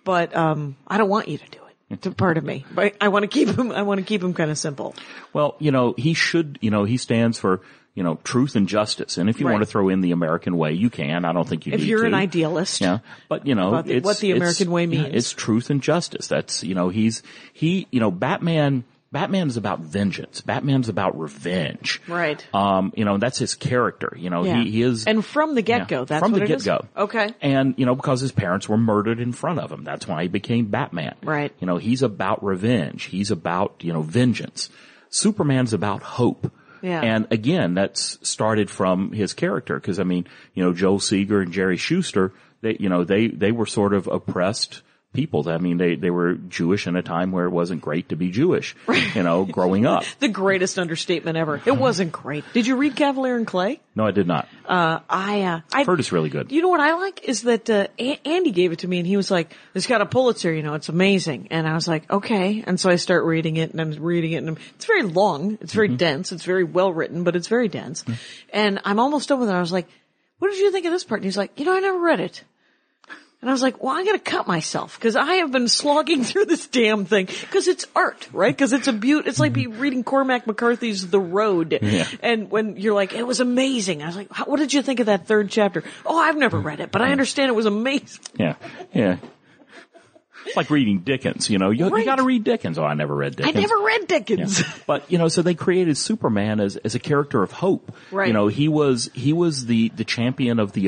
Speaker 3: but um I don't want you to do
Speaker 4: Mm.
Speaker 3: it. To part of me, but I want to keep him. I want to keep him kind of simple.
Speaker 4: Well, you know, he should, you know, he stands for, you know, truth and justice. And if you
Speaker 3: Right.
Speaker 4: want to throw in the American way, you can. I don't think you
Speaker 3: If
Speaker 4: need
Speaker 3: you're
Speaker 4: to.
Speaker 3: an idealist,
Speaker 4: Yeah. But, you know,
Speaker 3: about the-
Speaker 4: it's,
Speaker 3: what the
Speaker 4: it's-
Speaker 3: American way
Speaker 4: yeah,
Speaker 3: means.
Speaker 4: It's truth and justice. That's, you know, he's, he, you know, Batman, Batman is about vengeance. Batman's about revenge.
Speaker 3: Right.
Speaker 4: Um, you know, that's his character. You know,
Speaker 3: Yeah.
Speaker 4: he, he is.
Speaker 3: and from the get go,
Speaker 4: Yeah,
Speaker 3: that's
Speaker 4: from
Speaker 3: what
Speaker 4: the
Speaker 3: it is?
Speaker 4: get go.
Speaker 3: Okay,
Speaker 4: And you know, because his parents were murdered in front of him, that's why he became Batman.
Speaker 3: Right.
Speaker 4: You know, he's about revenge. He's about you know vengeance. Superman's about hope.
Speaker 3: Yeah.
Speaker 4: And again, that's started from his character because I mean, you know, Joel Seeger and Jerry Schuster, they you know they they were sort of oppressed. People, I mean, they, they were Jewish in a time where it wasn't great to be Jewish, you know, growing up.
Speaker 3: the greatest understatement ever. It wasn't great. Did you read Cavalier and Clay?
Speaker 4: No, I did not.
Speaker 3: Uh, I, uh, I
Speaker 4: Heard it's really good.
Speaker 3: You know what I like is that uh, a- Andy gave it to me, and he was like, "It's got a Pulitzer, you know, it's amazing." And I was like, "Okay." And so I start reading it, and I'm reading it, and I'm, it's very long, it's very dense, it's very well written, but it's very dense. And I'm almost done with it. I was like, "What did you think of this part?" And he's like, "You know, I never read it." And I was like, well, I'm going to cut myself because I have been slogging through this damn thing because it's art, right? Because it's a beaut. It's like be reading Cormac McCarthy's The Road.
Speaker 4: Yeah.
Speaker 3: And when you're like, it was amazing. I was like, how, what did you think of that third chapter? Oh, I've never read it, but I understand it was amazing.
Speaker 4: Yeah. Yeah. It's like reading Dickens, you know. You,
Speaker 3: Right.
Speaker 4: you got to read Dickens. Oh, I never read
Speaker 3: I
Speaker 4: Dickens.
Speaker 3: never read Dickens.
Speaker 4: But you know, so they created Superman as as a character of hope.
Speaker 3: Right.
Speaker 4: You know, he was he was the the champion of the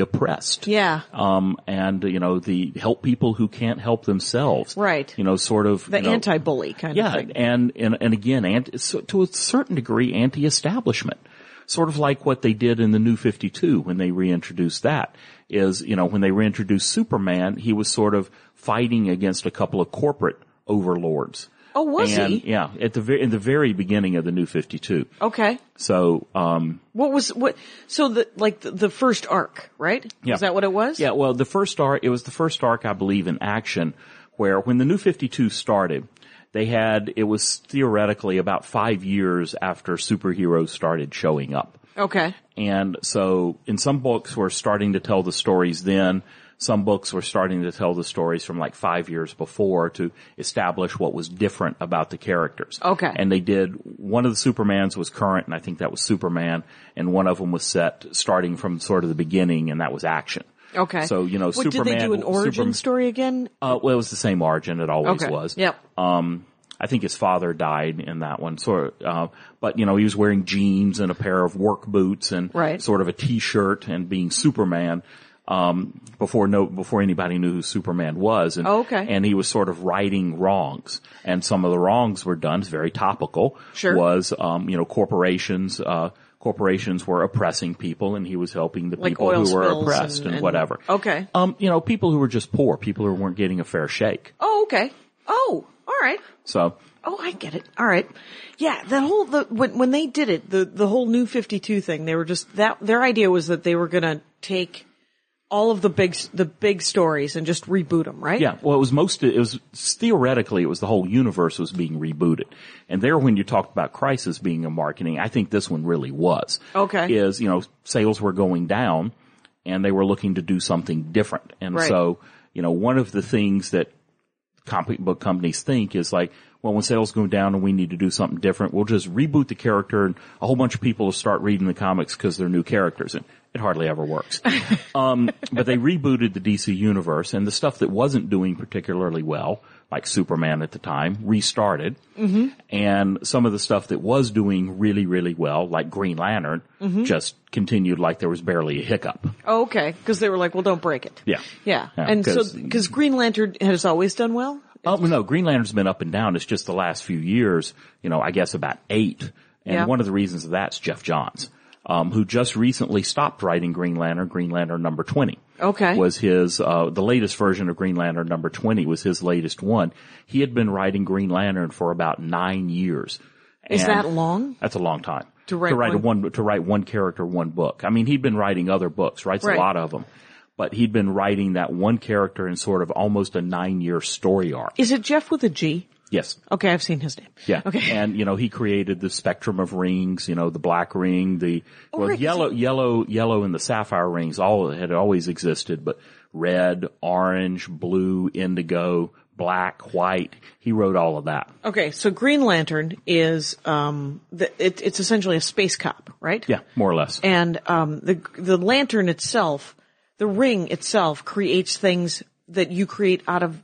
Speaker 4: oppressed.
Speaker 3: Yeah.
Speaker 4: Um, and you know, the help people who can't help themselves.
Speaker 3: Right.
Speaker 4: You know, sort of
Speaker 3: The
Speaker 4: you know-
Speaker 3: anti-bully kind of
Speaker 4: Yeah,
Speaker 3: thing.
Speaker 4: and and and again, anti, so to a certain degree, anti-establishment. Sort of like what they did in the New Fifty Two when they reintroduced that is, you know, when they reintroduced Superman, he was sort of fighting against a couple of corporate overlords.
Speaker 3: Oh, was
Speaker 4: And,
Speaker 3: he?
Speaker 4: Yeah, at the very in the very beginning of the New Fifty Two.
Speaker 3: Okay.
Speaker 4: So, um,
Speaker 3: What was what? So the like the, the first arc, right?
Speaker 4: yeah,
Speaker 3: Is that what it was?
Speaker 4: Yeah. Well, the first arc it was the first arc I believe in action where when the New Fifty Two started, they had it was theoretically about five years after superheroes started showing up.
Speaker 3: Okay.
Speaker 4: And so in some books we're starting to tell the stories then. Some books were starting to tell the stories from like five years before to establish what was different about the characters.
Speaker 3: Okay.
Speaker 4: And they did, one of the Supermans was current and I think that was Superman and one of them was set starting from sort of the beginning and that was action.
Speaker 3: Okay.
Speaker 4: So, you know,
Speaker 3: what,
Speaker 4: Superman-
Speaker 3: did they do an origin
Speaker 4: Superman-
Speaker 3: story again?
Speaker 4: Uh, well, it was the same origin. It always
Speaker 3: Okay.
Speaker 4: was.
Speaker 3: Yep.
Speaker 4: Um, I think his father died in that one. Sort of, uh, but you know, he was wearing jeans and a pair of work boots and
Speaker 3: Right.
Speaker 4: sort of a t-shirt and being Superman. Um, before no, before anybody knew who Superman was. And,
Speaker 3: Oh, okay.
Speaker 4: And he was sort of righting wrongs. And some of the wrongs were done. It's very topical.
Speaker 3: Sure.
Speaker 4: Was, um, you know, corporations, uh, corporations were oppressing people and he was helping the
Speaker 3: Like
Speaker 4: people
Speaker 3: oil
Speaker 4: who were
Speaker 3: spills
Speaker 4: oppressed
Speaker 3: and- Oh. and-
Speaker 4: whatever.
Speaker 3: Okay.
Speaker 4: Um, you know, people who were just poor, people who weren't getting a fair shake.
Speaker 3: Oh, okay. Oh, all right.
Speaker 4: So,
Speaker 3: Oh, I get it. All right. Yeah, the whole the when when they did it, the the whole new 52 thing, they were just that their idea was that they were going to take all of the big s- the big stories and just reboot them, right?
Speaker 4: yeah, well, it was most, it was theoretically, it was the whole universe was being rebooted. And there, when you talked about crisis being a marketing, I think this one really was.
Speaker 3: Okay.
Speaker 4: Is, you know, sales were going down and they were looking to do something different. And
Speaker 3: Right.
Speaker 4: so, you know, one of the things that comic book companies think is like, well, when sales go down and we need to do something different, we'll just reboot the character and a whole bunch of people will start reading the comics because they're new characters and it hardly ever works. um, but they rebooted the DC universe and the stuff that wasn't doing particularly well, like Superman at the time, restarted. Mm-hmm. And some of the stuff that was doing really, really well, like Green Lantern, just continued like there was barely a hiccup.
Speaker 3: Oh, okay. Cuz they were like, well, don't break it.
Speaker 4: Yeah.
Speaker 3: Yeah.
Speaker 4: Yeah,
Speaker 3: and so
Speaker 4: 'cause-
Speaker 3: cuz Green Lantern has always done well.
Speaker 4: Oh well, no, Green Lantern's been up and down. It's just the last few years, you know, I guess about eight. And
Speaker 3: Yeah.
Speaker 4: one of the reasons of that's Jeff Johns, um, who just recently stopped writing Green Lantern. Green Lantern number twenty.
Speaker 3: Okay.
Speaker 4: Was his uh, the latest version of Green Lantern number twenty was his latest one. He had been writing Green Lantern for about nine years.
Speaker 3: Is
Speaker 4: And
Speaker 3: that long?
Speaker 4: That's a long time
Speaker 3: To write
Speaker 4: a one to write one character one book. I mean, he'd been writing other books, writes
Speaker 3: Right.
Speaker 4: a lot of them, but he'd been writing that one character in sort of almost a nine year story arc.
Speaker 3: Is it Jeff with a G?
Speaker 4: Yes.
Speaker 3: Okay, I've seen his name.
Speaker 4: Yeah.
Speaker 3: Okay.
Speaker 4: And you know, he created the spectrum of rings, you know, the black ring, the well,
Speaker 3: Rick, is
Speaker 4: yellow, yellow, yellow and the sapphire rings all had always existed, but red, orange, blue, indigo, black, white. He wrote all of that.
Speaker 3: Okay, so Green Lantern is um the, it, it's essentially a space cop, right?
Speaker 4: Yeah, more or less.
Speaker 3: and um, the the lantern itself, the ring itself, creates things that you create out of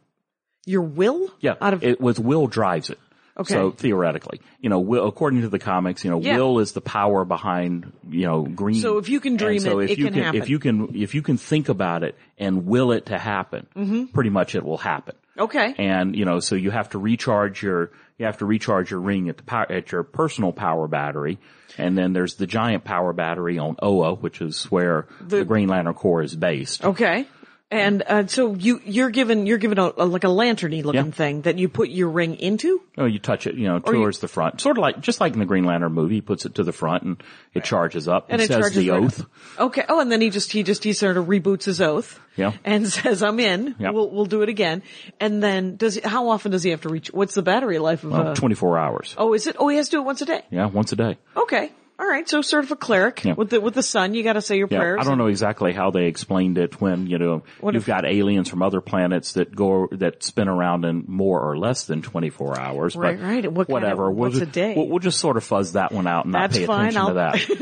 Speaker 3: your will.
Speaker 4: yeah.
Speaker 3: out of
Speaker 4: it was will drives it.
Speaker 3: Okay.
Speaker 4: So theoretically, you know, will, according to the comics, you know,
Speaker 3: Yeah.
Speaker 4: will is the power behind, you know, green.
Speaker 3: So if you can
Speaker 4: And
Speaker 3: dream
Speaker 4: so
Speaker 3: it,
Speaker 4: if
Speaker 3: it
Speaker 4: you
Speaker 3: can happen.
Speaker 4: If you can, if you can think about it and will it to happen,
Speaker 3: Mm-hmm.
Speaker 4: pretty much it will happen.
Speaker 3: okay,
Speaker 4: and you know, so you have to recharge your you have to recharge your ring at the power at your personal power battery, and then there's the giant power battery on Oa, which is where the, Green Lantern Corps is based.
Speaker 3: okay, and uh, so you you're given you're given a, a- like a lanterny looking
Speaker 4: Yeah.
Speaker 3: thing that you put your ring into.
Speaker 4: Oh, you touch it, you know,
Speaker 3: you-
Speaker 4: towards the front, sort of like just like in the Green Lantern movie, he puts it to the front and it charges up
Speaker 3: And
Speaker 4: and,
Speaker 3: it
Speaker 4: says
Speaker 3: charges
Speaker 4: the
Speaker 3: right
Speaker 4: oath.
Speaker 3: up. Okay. Oh, and then he just he just he sort of reboots his oath.
Speaker 4: Yeah.
Speaker 3: And says, "I'm in.
Speaker 4: Yeah.
Speaker 3: We'll we'll do it again." And then does he, how often does he have to reach? What's the battery life of?
Speaker 4: Well,
Speaker 3: a,
Speaker 4: 24 hours.
Speaker 3: oh, is it? Oh, he has to do it once a day.
Speaker 4: Yeah, once a day.
Speaker 3: Okay. All right, so sort of a cleric
Speaker 4: Yeah.
Speaker 3: with the with the sun. You got to say your
Speaker 4: Yeah,
Speaker 3: prayers.
Speaker 4: I don't know exactly how they explained it when, you know,
Speaker 3: What
Speaker 4: you've
Speaker 3: if-
Speaker 4: got aliens from other planets that go, that spin around in more or less than 24 hours.
Speaker 3: Right,
Speaker 4: but
Speaker 3: right. What kind of-
Speaker 4: whatever. we'll
Speaker 3: what's
Speaker 4: just,
Speaker 3: a day?
Speaker 4: We'll, we'll just sort of fuzz that one out and
Speaker 3: That's
Speaker 4: not pay
Speaker 3: fine.
Speaker 4: attention
Speaker 3: I'll,
Speaker 4: to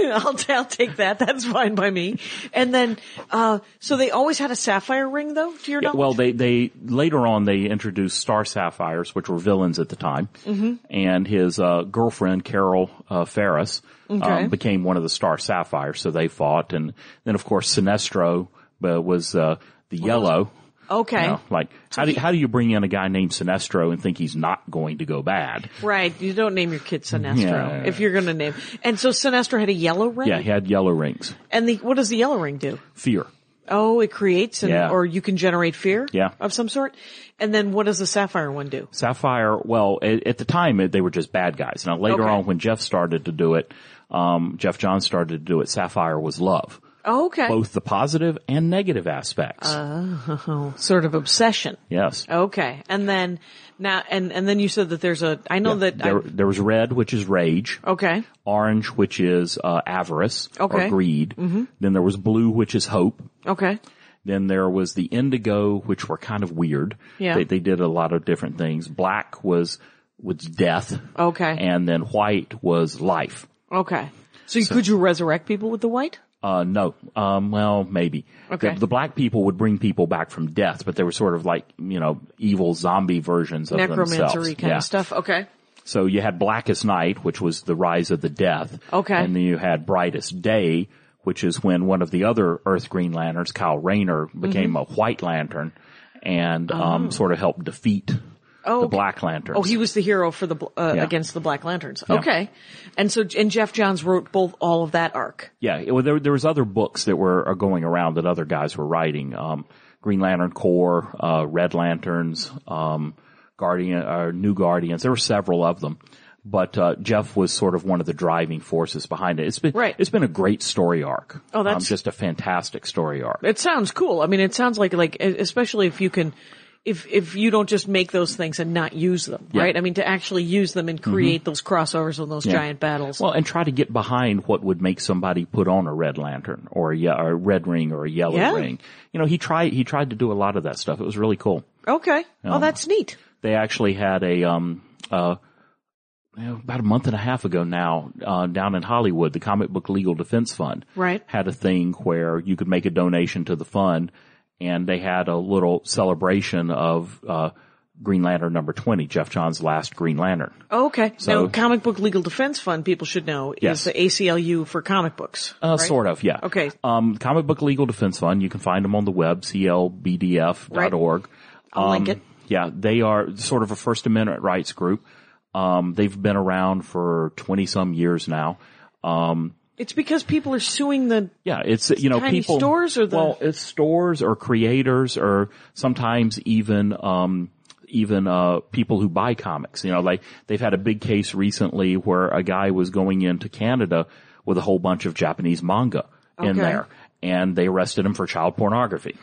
Speaker 4: that.
Speaker 3: I'll, t- I'll take that. That's fine by me. And then, uh, so they always had a sapphire ring though, to your
Speaker 4: Yeah,
Speaker 3: knowledge?
Speaker 4: well, they, they, later on they introduced Star Sapphires, which were villains at the time,
Speaker 3: Mm-hmm.
Speaker 4: and his, uh, girlfriend, Carol, uh, Ferris,
Speaker 3: Okay.
Speaker 4: um, became one of the Star Sapphires, so they fought, and then of course Sinestro, uh, was, uh, the yellow.
Speaker 3: okay.
Speaker 4: You know, like how do how do you bring in a guy named Sinestro and think he's not going to go bad?
Speaker 3: Right. You don't name your kid Sinestro
Speaker 4: Yeah.
Speaker 3: if you're going to name. And so Sinestro had a yellow ring.
Speaker 4: Yeah, he had yellow rings.
Speaker 3: And the, what does the yellow ring do?
Speaker 4: Fear.
Speaker 3: Oh, it creates an,
Speaker 4: Yeah.
Speaker 3: or you can generate fear
Speaker 4: Yeah.
Speaker 3: of some sort. And then what does the sapphire one do?
Speaker 4: Sapphire. Well, at, at the time it- they were just bad guys. Now later
Speaker 3: Okay.
Speaker 4: on when Jeff started to do it, um, Jeff John started to do it. Sapphire was love,
Speaker 3: Oh, okay.
Speaker 4: both the positive and negative aspects.
Speaker 3: Uh-huh. Oh, Sort of obsession.
Speaker 4: yes.
Speaker 3: Okay. And then now, and, and then you said that there's a, I know that, I-
Speaker 4: There, there was red, which is rage.
Speaker 3: okay.
Speaker 4: Orange, which is uh, avarice
Speaker 3: Okay.
Speaker 4: or greed. Mm-hmm. Then there was blue, which is hope.
Speaker 3: Okay.
Speaker 4: Then there was the indigo, which were kind of weird.
Speaker 3: Yeah.
Speaker 4: They, they did a lot of different things. Black was, was death.
Speaker 3: Okay.
Speaker 4: And then white was life.
Speaker 3: Okay. So, you could you resurrect people with the white?
Speaker 4: Uh, no. Um, well, maybe.
Speaker 3: Okay.
Speaker 4: The, the black people would bring people back from death, but they were sort of like, you know, evil zombie versions of
Speaker 3: Necromancery
Speaker 4: themselves.
Speaker 3: kind
Speaker 4: Yeah.
Speaker 3: of stuff. Okay.
Speaker 4: So you had Blackest Night, which was the rise of the death.
Speaker 3: Okay.
Speaker 4: And then you had Brightest Day, which is when one of the other Earth Green Lanterns, Kyle Rayner, became
Speaker 3: Mm-hmm.
Speaker 4: a White Lantern and um, sort of helped defeat
Speaker 3: Oh,
Speaker 4: the
Speaker 3: okay.
Speaker 4: Black Lanterns.
Speaker 3: Oh, he was the hero for the bl- uh,
Speaker 4: Yeah.
Speaker 3: against the Black Lanterns. Okay, and so and Jeff Johns wrote both all of that arc.
Speaker 4: yeah. It, well, there, there was other books that were are going around that other guys were writing. Um, Green Lantern Corps, uh, Red Lanterns, um, Guardian, or New Guardians. There were several of them. But uh, Jeff was sort of one of the driving forces behind it. It's been
Speaker 3: Right.
Speaker 4: it's been a great story arc. Um,
Speaker 3: Oh, that's-
Speaker 4: just a fantastic story arc.
Speaker 3: It sounds cool. I mean, it sounds like like e- especially if you can, if if you don't just make those things and not use them,
Speaker 4: Yeah. Mm-hmm.
Speaker 3: right? I mean, to actually use them and create those crossovers and those
Speaker 4: Yeah.
Speaker 3: giant battles.
Speaker 4: Well, and try to get behind what would make somebody put on a red lantern or a, ye- or a red ring or a yellow
Speaker 3: Yeah.
Speaker 4: ring. You know, he tried he tried to do a lot of that stuff. It was really cool.
Speaker 3: okay.
Speaker 4: um,
Speaker 3: oh, that's neat.
Speaker 4: They actually had a um uh you know, about a month and a half ago now, uh, down in Hollywood, the Comic Book Legal Defense Fund
Speaker 3: Right.
Speaker 4: had a thing where you could make a donation to the fund, and they had a little celebration of uh, Green Lantern number twenty, Jeff John's last Green Lantern.
Speaker 3: Okay.
Speaker 4: So-
Speaker 3: now, Comic Book Legal Defense Fund, people should know,
Speaker 4: Yes.
Speaker 3: is the ACLU for comic books.
Speaker 4: Uh, Sort of, yeah.
Speaker 3: Okay.
Speaker 4: Um, Comic Book Legal Defense Fund, you can find them on the web, clbdf.org.
Speaker 3: I'll
Speaker 4: um,
Speaker 3: link it.
Speaker 4: Yeah, they are sort of a First Amendment rights group. Um, they've been around for 20 some years now. Um,
Speaker 3: It's because people are suing the
Speaker 4: yeah, it's, you know,
Speaker 3: Tiny
Speaker 4: people.
Speaker 3: stores or the-
Speaker 4: Well, it's stores or creators or sometimes even, um, even, uh, people who buy comics. You know, like they've had a big case recently where a guy was going into Canada with a whole bunch of Japanese manga in
Speaker 3: Okay.
Speaker 4: there and they arrested him for child pornography.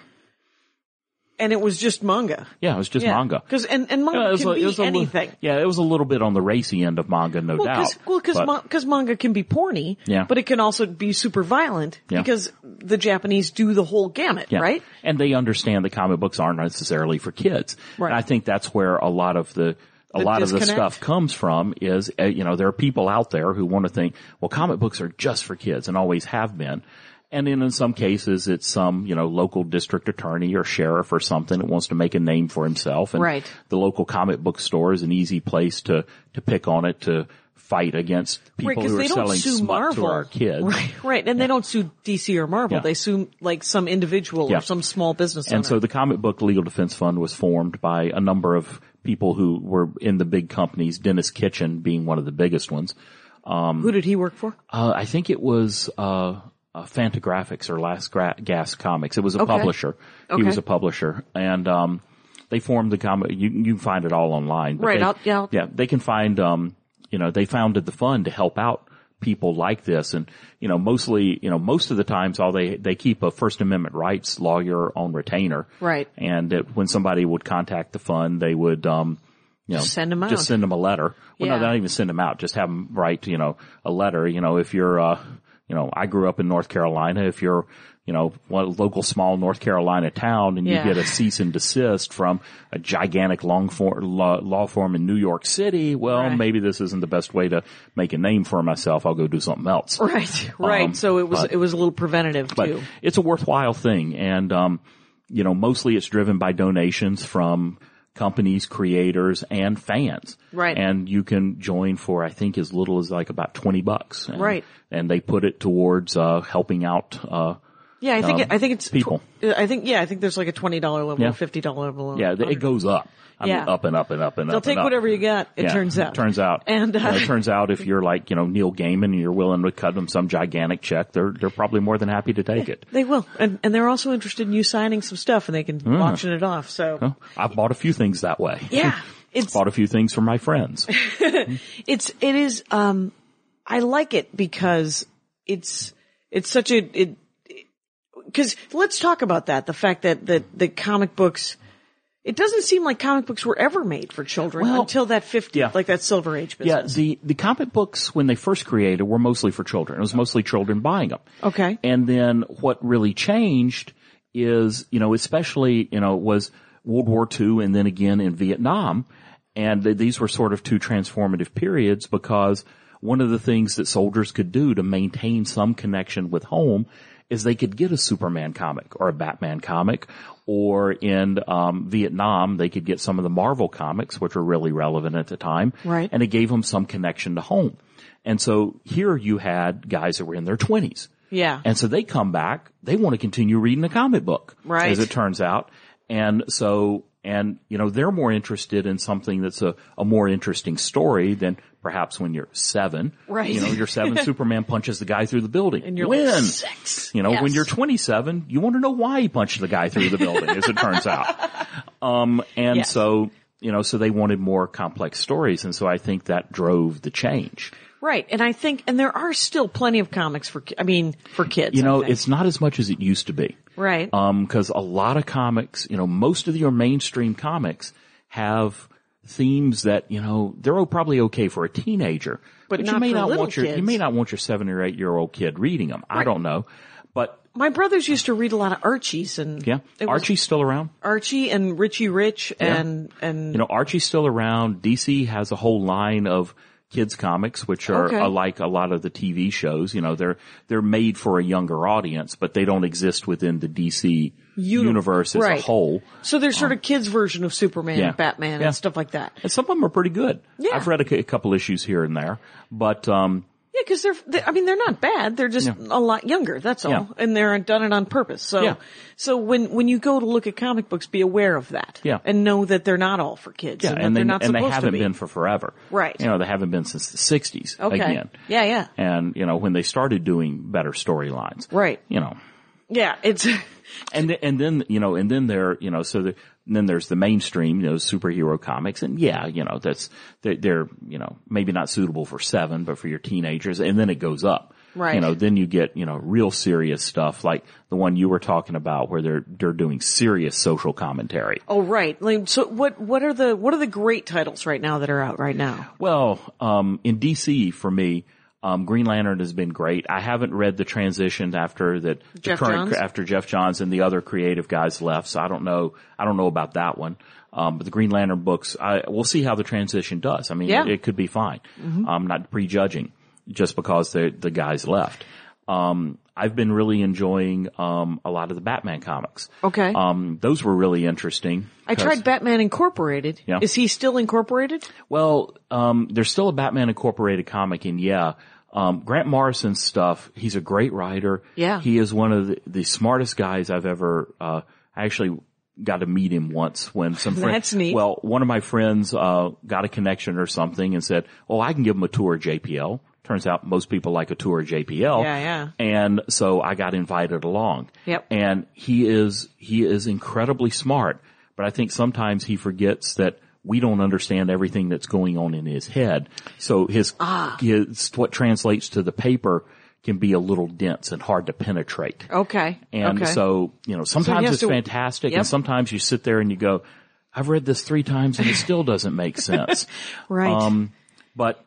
Speaker 3: and it was just manga.
Speaker 4: Yeah, it was just manga.
Speaker 3: Because and, and manga
Speaker 4: Yeah, it was
Speaker 3: can
Speaker 4: a- it
Speaker 3: be
Speaker 4: was a little-
Speaker 3: anything.
Speaker 4: yeah, it was a little bit on the racy end of manga, no
Speaker 3: Well,
Speaker 4: doubt.
Speaker 3: because well, 'cause
Speaker 4: but-
Speaker 3: ma- 'cause manga can be porny,
Speaker 4: Yeah.
Speaker 3: but it can also be super violent
Speaker 4: Yeah.
Speaker 3: because the Japanese do the whole gamut,
Speaker 4: Yeah.
Speaker 3: right?
Speaker 4: And they understand that comic books aren't necessarily for kids.
Speaker 3: Right.
Speaker 4: And I think that's where a lot of the a
Speaker 3: The
Speaker 4: lot of the
Speaker 3: disconnect?
Speaker 4: stuff comes from is uh, you know there are people out there who want to think well comic books are just for kids and always have been. And then in some cases, it's some, you know, local district attorney or sheriff or something that wants to make a name for himself. And
Speaker 3: Right.
Speaker 4: the local comic book store is an easy place to, to pick on it to fight against people
Speaker 3: because
Speaker 4: who are
Speaker 3: they don't
Speaker 4: selling
Speaker 3: sue
Speaker 4: smut
Speaker 3: Marvel,
Speaker 4: to our kids.
Speaker 3: right? right. And they don't sue DC or Marvel;
Speaker 4: Yeah.
Speaker 3: they sue like some individual
Speaker 4: Yeah.
Speaker 3: or some small business
Speaker 4: And
Speaker 3: owner.
Speaker 4: so the Comic Book Legal Defense Fund was formed by a number of people who were in the big companies, Dennis Kitchen being one of the biggest ones.
Speaker 3: Who did he work for?
Speaker 4: Uh, I think it was, uh, uh, Fantagraphics or Last Gra- Gas Comics. It was a publisher.
Speaker 3: Okay.
Speaker 4: He was a publisher. And, um, they formed the comic, you, you can find it all online. but
Speaker 3: Right,
Speaker 4: they-
Speaker 3: I'll- yeah, I'll-
Speaker 4: Yeah. They can find, um, you know, they founded the fund to help out people like this. And, you know, mostly, you know, most of the times all they, they keep a First Amendment rights lawyer on retainer.
Speaker 3: Right.
Speaker 4: And it, when somebody would contact the fund, they would, um, You know,
Speaker 3: Just send 'em out.
Speaker 4: Just send them a letter. Well,
Speaker 3: Yeah.
Speaker 4: no, not even send them out. Just have them write, you know, a letter. You know, if you're, uh, you know, I grew up in North Carolina. If you're, you know, one local small North Carolina town and
Speaker 3: Yeah.
Speaker 4: you get a cease and desist from a gigantic long for, law, law firm in New York City, well,
Speaker 3: Right.
Speaker 4: maybe this isn't the best way to make a name for myself. I'll go do something else.
Speaker 3: Right, right.
Speaker 4: Um,
Speaker 3: so it was
Speaker 4: but-
Speaker 3: it was a little preventative
Speaker 4: but
Speaker 3: too.
Speaker 4: it's a worthwhile thing. And, um, you know, mostly it's driven by donations from companies, creators, and fans.
Speaker 3: Right.
Speaker 4: And you can join for, I think, as little as like about 20 bucks. And,
Speaker 3: Right.
Speaker 4: And they put it towards, uh, helping out, uh,
Speaker 3: Yeah, I think
Speaker 4: um,
Speaker 3: it, I think it's tw-
Speaker 4: people.
Speaker 3: I think yeah, I think there's like a twenty dollar level,
Speaker 4: Yeah.
Speaker 3: fifty dollar level.
Speaker 4: yeah, it goes up. I
Speaker 3: Yeah.
Speaker 4: mean, up and up and up and
Speaker 3: They'll
Speaker 4: up. and
Speaker 3: take
Speaker 4: up.
Speaker 3: whatever you got. It
Speaker 4: Yeah,
Speaker 3: turns out.
Speaker 4: Turns out.
Speaker 3: And, uh,
Speaker 4: You know, it turns out if you're like, you know, Neil Gaiman and you're willing to cut them some gigantic check, they're, they're probably more than happy to take it.
Speaker 3: They will, and and they're also interested in you signing some stuff, and they can
Speaker 4: Mm.
Speaker 3: auction it off. So
Speaker 4: I bought a few things that way.
Speaker 3: yeah, it's
Speaker 4: Oh, Bought a few things for my friends.
Speaker 3: it's it is um I like it because it's it's such a it because let's talk about that the fact that that the comic books it doesn't seem like comic books were ever made for children
Speaker 4: Well,
Speaker 3: until that 50
Speaker 4: yeah.
Speaker 3: like that silver age
Speaker 4: Yeah,
Speaker 3: business
Speaker 4: the, the comic books when they first created were mostly for children. It was mostly children buying them.
Speaker 3: Okay.
Speaker 4: And then what really changed is, you know, especially, you know, was World War II and then again in Vietnam. And th- these were sort of two transformative periods because one of the things that soldiers could do to maintain some connection with home is they could get a Superman comic or a Batman comic, or in um, Vietnam they could get some of the Marvel comics, which were really relevant at the time.
Speaker 3: Right.
Speaker 4: And it gave them some connection to home. And so here you had guys that were in their twenties.
Speaker 3: Yeah.
Speaker 4: And so they come back, they want to continue reading a comic book.
Speaker 3: Right.
Speaker 4: As it turns out. And so, and you know, they're more interested in something that's a, a more interesting story than perhaps when you're seven.
Speaker 3: Right.
Speaker 4: You know, you're seven, Superman punches the guy through the building.
Speaker 3: and you're
Speaker 4: when?
Speaker 3: like six
Speaker 4: You know, when
Speaker 3: Yes.
Speaker 4: you're 27, you want to know why he punched the guy through the building, as it turns out. Um, and
Speaker 3: Yes.
Speaker 4: so, you know, so they wanted more complex stories. And so I think that drove the change.
Speaker 3: right and I think and there are still plenty of comics for ki- I mean for kids
Speaker 4: You
Speaker 3: I
Speaker 4: know,
Speaker 3: think.
Speaker 4: it's not as much as it used to be.
Speaker 3: right
Speaker 4: Um, cause a lot of comics, you know, most of your mainstream comics have themes that, you know, they're o- probably okay for a teenager,
Speaker 3: But
Speaker 4: you
Speaker 3: not
Speaker 4: may
Speaker 3: for
Speaker 4: not
Speaker 3: little
Speaker 4: want your, you
Speaker 3: kids.
Speaker 4: may not want your seven or eight year old kid reading them. I don't know, but
Speaker 3: my brothers used to read a lot of Archie's and
Speaker 4: yeah,
Speaker 3: it was
Speaker 4: Archie's still around.
Speaker 3: Archie and Richie Rich and and
Speaker 4: You know, Archie's still around. DC has a whole line of kids comics, which are
Speaker 3: Okay.
Speaker 4: uh, like a lot of the TV shows. You know, they're, they're made for a younger audience, but they don't exist within the DC
Speaker 3: Uni-
Speaker 4: universe as
Speaker 3: right.
Speaker 4: a whole.
Speaker 3: So there's sort of kids' version of Superman
Speaker 4: Oh. Yeah.
Speaker 3: and Batman
Speaker 4: Yeah.
Speaker 3: and stuff like that. Yeah,
Speaker 4: And some of them are pretty good.
Speaker 3: Yeah.
Speaker 4: I've read a, cou- a couple issues here and there, but, um,
Speaker 3: because they're, they, I mean, they're not bad. They're just a lot younger. That's all,
Speaker 4: Yeah.
Speaker 3: and they're done it on purpose. So,
Speaker 4: Yeah.
Speaker 3: so when when you go to look at comic books, be aware of that.
Speaker 4: Yeah.
Speaker 3: and know that they're not all for kids.
Speaker 4: yeah,
Speaker 3: and,
Speaker 4: and
Speaker 3: that
Speaker 4: they,
Speaker 3: they're not
Speaker 4: and they
Speaker 3: supposed
Speaker 4: haven't
Speaker 3: to be.
Speaker 4: been for forever.
Speaker 3: Right.
Speaker 4: You know, they haven't been since the 60s
Speaker 3: Okay.
Speaker 4: again.
Speaker 3: Yeah, yeah.
Speaker 4: And, you know, when they started doing better storylines.
Speaker 3: Right.
Speaker 4: You know,
Speaker 3: Yeah, it's
Speaker 4: and th- and then you know and then there you know so the, then there's the mainstream you know superhero comics and yeah you know that's they're, they're you know maybe not suitable for seven but for your teenagers and then it goes up
Speaker 3: Right.
Speaker 4: you know then you get you know real serious stuff like the one you were talking about where they're they're doing serious social commentary
Speaker 3: oh right. Like, so what what are the what are the great titles right now that are out right now?
Speaker 4: Well, um, in DC for me, um, Green Lantern has been great. I haven't read the transition after that the
Speaker 3: Jeff
Speaker 4: current
Speaker 3: Johns?
Speaker 4: after Jeff Johns and the other creative guys left, so I don't know. I don't know about that one. Um, but the Green Lantern books, I, we'll see how the transition does. I mean,
Speaker 3: Yeah. Mm-hmm.
Speaker 4: it, it could be fine. I'm not prejudging just because the the guys left. Um, I've been really enjoying um, a lot of the Batman comics.
Speaker 3: Okay.
Speaker 4: Um, those were really interesting.
Speaker 3: I
Speaker 4: 'cause-
Speaker 3: tried Batman Incorporated.
Speaker 4: Yeah.
Speaker 3: Is he still incorporated?
Speaker 4: well, um, there's still a Batman Incorporated comic, and yeah, um, Grant Morrison's stuff. He's a great writer.
Speaker 3: Yeah.
Speaker 4: he is one of the, the smartest guys I've ever. Uh, I actually got to meet him once when some friends.
Speaker 3: That's neat.
Speaker 4: Well, one of my friends uh, got a connection or something and said, "Oh, I can give him a tour of JPL." Turns out most people like a tour of JPL.
Speaker 3: Yeah, yeah.
Speaker 4: And so I got invited along.
Speaker 3: Yep.
Speaker 4: And he is, he is incredibly smart, but I think sometimes he forgets that we don't understand everything that's going on in his head. So his,
Speaker 3: Ah.
Speaker 4: his what translates to the paper can be a little dense and hard to penetrate.
Speaker 3: Okay.
Speaker 4: And
Speaker 3: okay.
Speaker 4: so, you know, sometimes
Speaker 3: has
Speaker 4: it's
Speaker 3: to-
Speaker 4: fantastic
Speaker 3: Yep.
Speaker 4: and sometimes you sit there and you go, I've read this three times and it still doesn't make sense.
Speaker 3: Right.
Speaker 4: Um, but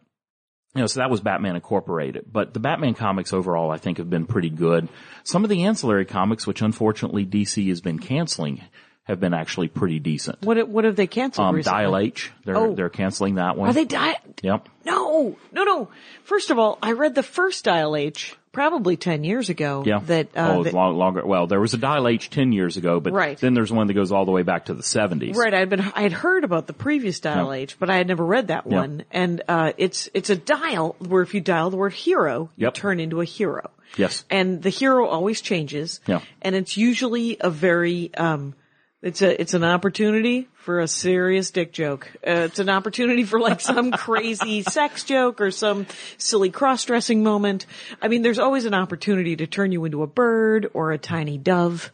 Speaker 4: you know, so that was Batman Incorporated. But the Batman comics overall, I think, have been pretty good. Some of the ancillary comics, which unfortunately DC has been canceling, have been actually pretty decent.
Speaker 3: what what have they canceled?
Speaker 4: Um,
Speaker 3: recently?
Speaker 4: Dial H, they're
Speaker 3: Oh.
Speaker 4: they're canceling that one.
Speaker 3: Are they di-
Speaker 4: Yep.
Speaker 3: No, no, no. First of all, I read the first Dial H probably ten years ago.
Speaker 4: Yeah.
Speaker 3: That uh,
Speaker 4: oh,
Speaker 3: that-
Speaker 4: long, longer. Well, there was a Dial H ten years ago, but
Speaker 3: Right.
Speaker 4: then there's one that goes all the way back to the seventies.
Speaker 3: Right, I'd been I had heard about the previous dial
Speaker 4: Yeah.
Speaker 3: H, but I had never read that
Speaker 4: Yeah.
Speaker 3: one. And uh, it's it's a dial where if you dial the word hero,
Speaker 4: Yep.
Speaker 3: you turn into a hero.
Speaker 4: Yes.
Speaker 3: and the hero always changes.
Speaker 4: Yeah.
Speaker 3: and it's usually a very um, it's a it's an opportunity for a serious dick joke. Uh, it's an opportunity for like some crazy sex joke or some silly cross dressing moment. I mean, there's always an opportunity to turn you into a bird or a tiny dove.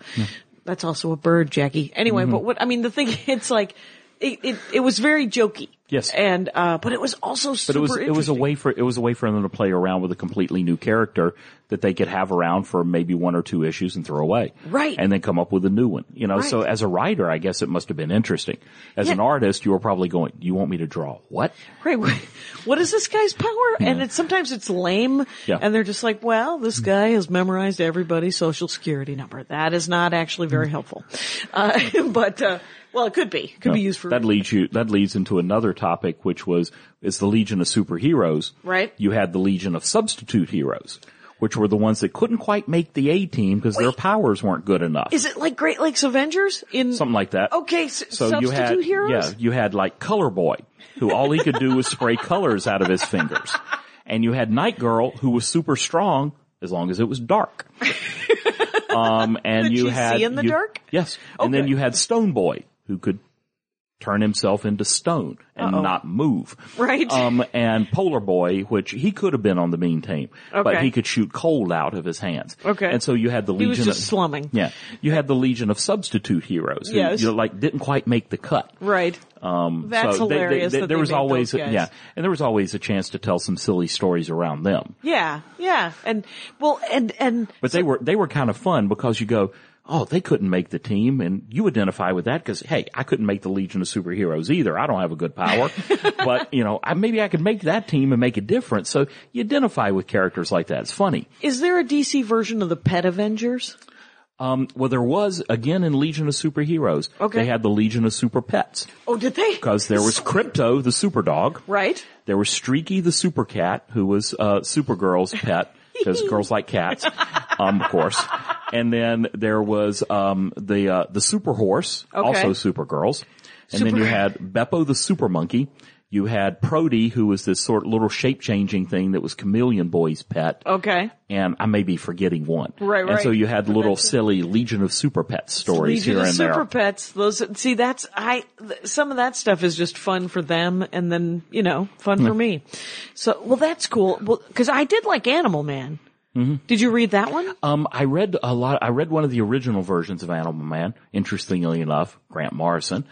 Speaker 3: That's also a bird, Jackie. Anyway, but
Speaker 4: Mm-hmm.
Speaker 3: what I mean, the thing it's like it it, it was very jokey.
Speaker 4: Yes.
Speaker 3: and uh, but it was also
Speaker 4: But
Speaker 3: super.
Speaker 4: it was it was a
Speaker 3: interesting.
Speaker 4: way for it was a way for them to play around with a completely new character that they could have around for maybe one or two issues and throw away,
Speaker 3: Right.
Speaker 4: And then come up with a new one, you know. So
Speaker 3: Right.
Speaker 4: as a writer, I guess it must have been interesting. As
Speaker 3: Yeah.
Speaker 4: an artist, you were probably going, "You want me to draw what?"
Speaker 3: Right. What is this guy's power? And it's sometimes it's lame.
Speaker 4: Yeah.
Speaker 3: And they're just like, well, this guy has memorized everybody's social security number. That is not actually
Speaker 4: Mm-hmm.
Speaker 3: very helpful. Uh, but, uh, well, it could be. It could be
Speaker 4: No.
Speaker 3: used for.
Speaker 4: that leads you that leads into another topic, which was is the Legion of Superheroes.
Speaker 3: Right.
Speaker 4: You had the Legion of Substitute Heroes, which were the ones that couldn't quite make the A team because their powers weren't good enough.
Speaker 3: Is Oh, it like Great Lakes Avengers in?
Speaker 4: Something like that.
Speaker 3: Okay. S-
Speaker 4: So you
Speaker 3: substitute
Speaker 4: had
Speaker 3: heroes?
Speaker 4: yeah, you had like Color Boy, who all he could do was spray colors out of his fingers, and you had Night Girl, who was super strong as long as it was dark. Um, and
Speaker 3: Could
Speaker 4: you
Speaker 3: she
Speaker 4: had
Speaker 3: see in the
Speaker 4: you-
Speaker 3: dark?
Speaker 4: yes, and then
Speaker 3: Okay.
Speaker 4: you had Stone Boy, who could turn himself into stone and not move.
Speaker 3: Right.
Speaker 4: Um, and Polar Boy, which he could have been on the mean team, but
Speaker 3: Okay.
Speaker 4: he could shoot cold out of his hands.
Speaker 3: Okay.
Speaker 4: and so you had the
Speaker 3: He
Speaker 4: Legion.
Speaker 3: was just
Speaker 4: of,
Speaker 3: slumming.
Speaker 4: yeah, you had the Legion of Substitute Heroes who
Speaker 3: Yes.
Speaker 4: you know, like didn't quite make the cut.
Speaker 3: Right.
Speaker 4: Um,
Speaker 3: That's
Speaker 4: so they- they-
Speaker 3: hilarious
Speaker 4: they-
Speaker 3: that
Speaker 4: there
Speaker 3: they
Speaker 4: was
Speaker 3: made
Speaker 4: always
Speaker 3: those guys.
Speaker 4: yeah, and there was always a chance to tell some silly stories around them.
Speaker 3: Yeah. Yeah. And well, and, and
Speaker 4: But they were they were kind of fun because you go, oh, they couldn't make the team, and you identify with that because hey, I couldn't make the Legion of Superheroes either. I don't have a good power, but you know, I, maybe I could make that team and make a difference. So you identify with characters like that. It's funny.
Speaker 3: is there a DC version of the Pet Avengers?
Speaker 4: Um, well, there was again in Legion of Superheroes.
Speaker 3: Okay.
Speaker 4: they had the Legion of Super Pets.
Speaker 3: Oh, did they?
Speaker 4: because there was Crypto, the super dog.
Speaker 3: Right.
Speaker 4: There was Streaky, the super cat, who was uh, Supergirl's pet, because girls like cats, um, of course. And then there was um, the uh, the super horse,
Speaker 3: Okay.
Speaker 4: also Supergirl's. And then you had Beppo, the super monkey. You had Prody, who was this sort of little shape changing thing that was Chameleon Boy's pet.
Speaker 3: Okay.
Speaker 4: And I may be forgetting one.
Speaker 3: Oh. Right,
Speaker 4: And
Speaker 3: right.
Speaker 4: so you had little silly Legion of Super Pets stories
Speaker 3: Legion
Speaker 4: here
Speaker 3: of
Speaker 4: and
Speaker 3: Super
Speaker 4: there.
Speaker 3: Pets. Those see that's I th- some of that stuff is just fun for them, and then you know fun for me. So well, that's cool. Well, because I did like Animal Man.
Speaker 4: Mm-hmm.
Speaker 3: Did you read that one?
Speaker 4: Um, I read a lot. I read one of the original versions of Animal Man. Interestingly enough, Grant Morrison.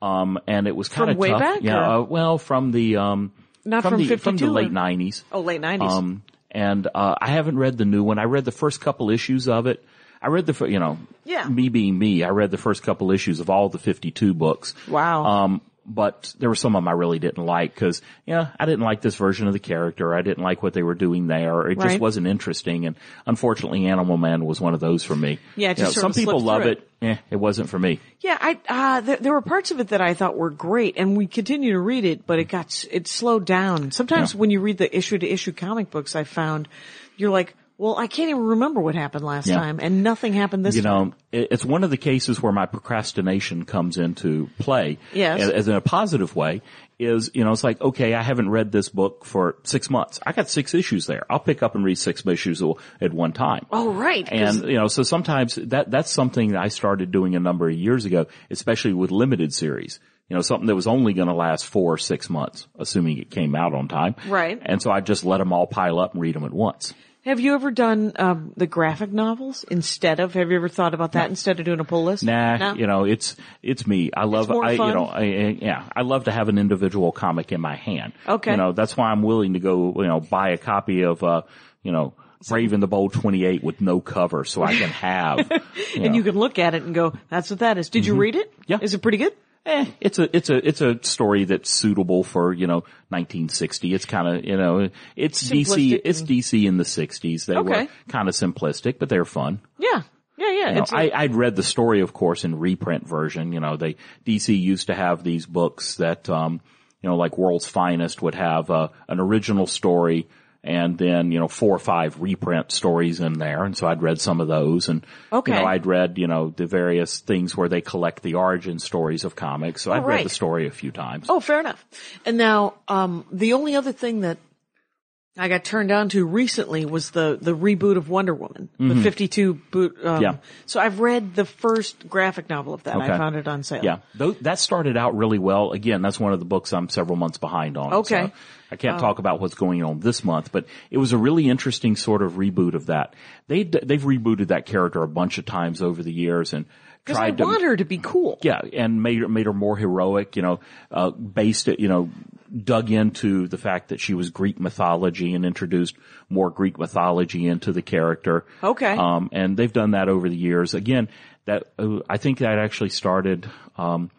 Speaker 4: Um, and it was kind of
Speaker 3: From way
Speaker 4: tough.
Speaker 3: back,
Speaker 4: yeah.
Speaker 3: or-
Speaker 4: Uh, well, from the um,
Speaker 3: Not from
Speaker 4: the, from
Speaker 3: 52
Speaker 4: the
Speaker 3: or-
Speaker 4: late nineties.
Speaker 3: oh, late nineties.
Speaker 4: Um, and uh, I haven't read the new one. I read the first couple issues of it. I read the fir- you know
Speaker 3: Yeah.
Speaker 4: me being me. I read the first couple issues of all the fifty two books.
Speaker 3: Wow.
Speaker 4: Um, but there were some of them I really didn't like because yeah, I didn't like this version of the character. I didn't like what they were doing there. It
Speaker 3: Right.
Speaker 4: just wasn't interesting. And unfortunately, Animal Man was one of those for me.
Speaker 3: Yeah, it
Speaker 4: You
Speaker 3: just
Speaker 4: know,
Speaker 3: sort
Speaker 4: some
Speaker 3: of
Speaker 4: people
Speaker 3: slipped
Speaker 4: love
Speaker 3: through
Speaker 4: it. Eh, it wasn't for me.
Speaker 3: yeah, I uh, there, there were parts of it that I thought were great, and we continue to read it, but it got s- it slowed down. Sometimes
Speaker 4: Yeah.
Speaker 3: when you read the issue to issue comic books, I found you're like, well, I can't even remember what happened last
Speaker 4: Yeah.
Speaker 3: time, and nothing happened this
Speaker 4: you
Speaker 3: time.
Speaker 4: know, it- it's one of the cases where my procrastination comes into play.
Speaker 3: Yes.
Speaker 4: As as in a positive way is, you know, it's like, okay, I haven't read this book for six months. I got six issues there. I'll pick up and read six issues al- at one time.
Speaker 3: Oh, right, 'cause-
Speaker 4: And, you know, so sometimes that, that's something that I started doing a number of years ago, especially with limited series. You know, something that was only going to last four or six months, assuming it came out on time.
Speaker 3: Right.
Speaker 4: And so I just let them all pile up and read them at once.
Speaker 3: Have you ever done um, the graphic novels instead of? Have you ever thought about that instead of doing a pull list?
Speaker 4: Nah,
Speaker 3: No?
Speaker 4: you know, it's it's me. I love,
Speaker 3: more
Speaker 4: I
Speaker 3: fun.
Speaker 4: you know, I, I- yeah, I love to have an individual comic in my hand.
Speaker 3: Okay.
Speaker 4: you know, that's why I'm willing to go, you know, buy a copy of, uh, you know, Brave and the Bold 28 with no cover, so I can have.
Speaker 3: and you can look at it and go, "That's what that is." Did you read it?
Speaker 4: Mm-hmm. Yeah.
Speaker 3: Is it pretty good?
Speaker 4: eh, it's a it's a it's a story that's suitable for you know 1960. It's kind of you know it's DC
Speaker 3: Simplistic
Speaker 4: it's DC in the 60s. They were
Speaker 3: Okay.
Speaker 4: kind of simplistic, but they're fun.
Speaker 3: Yeah. Yeah, yeah.
Speaker 4: You know,
Speaker 3: it's a-
Speaker 4: I, I'd read the story, of course, in reprint version. You know, they DC used to have these books that, um, you know, like World's Finest would have uh, an original story and then you know four or five reprint stories in there. And so I'd read some of those, and
Speaker 3: Okay.
Speaker 4: you know, I'd read you know the various things where they collect the origin stories of comics. So I'd read
Speaker 3: right.
Speaker 4: the story a few times.
Speaker 3: Oh, fair enough. And now, um, the only other thing that I got turned on to recently was the, the reboot of Wonder Woman, the 52 boot. Um,
Speaker 4: Mm-hmm. Yeah.
Speaker 3: So I've read the first graphic novel of that.
Speaker 4: Okay.
Speaker 3: I found it on sale.
Speaker 4: Yeah, Tho- that started out really well. Again, that's one of the books I'm several months behind on.
Speaker 3: Okay. Oh.
Speaker 4: so I can't talk about what's going on this month, but it was a really interesting sort of reboot of that. They d- they've rebooted that character a bunch of times over the years and
Speaker 3: Because I
Speaker 4: tried to
Speaker 3: want her to be cool.
Speaker 4: yeah, and made her, made her more heroic, you know, uh, based it, you know, dug into the fact that she was Greek mythology and introduced more Greek mythology into the character.
Speaker 3: Okay.
Speaker 4: Um, and they've done that over the years. Again, that, uh, I think that actually started, um,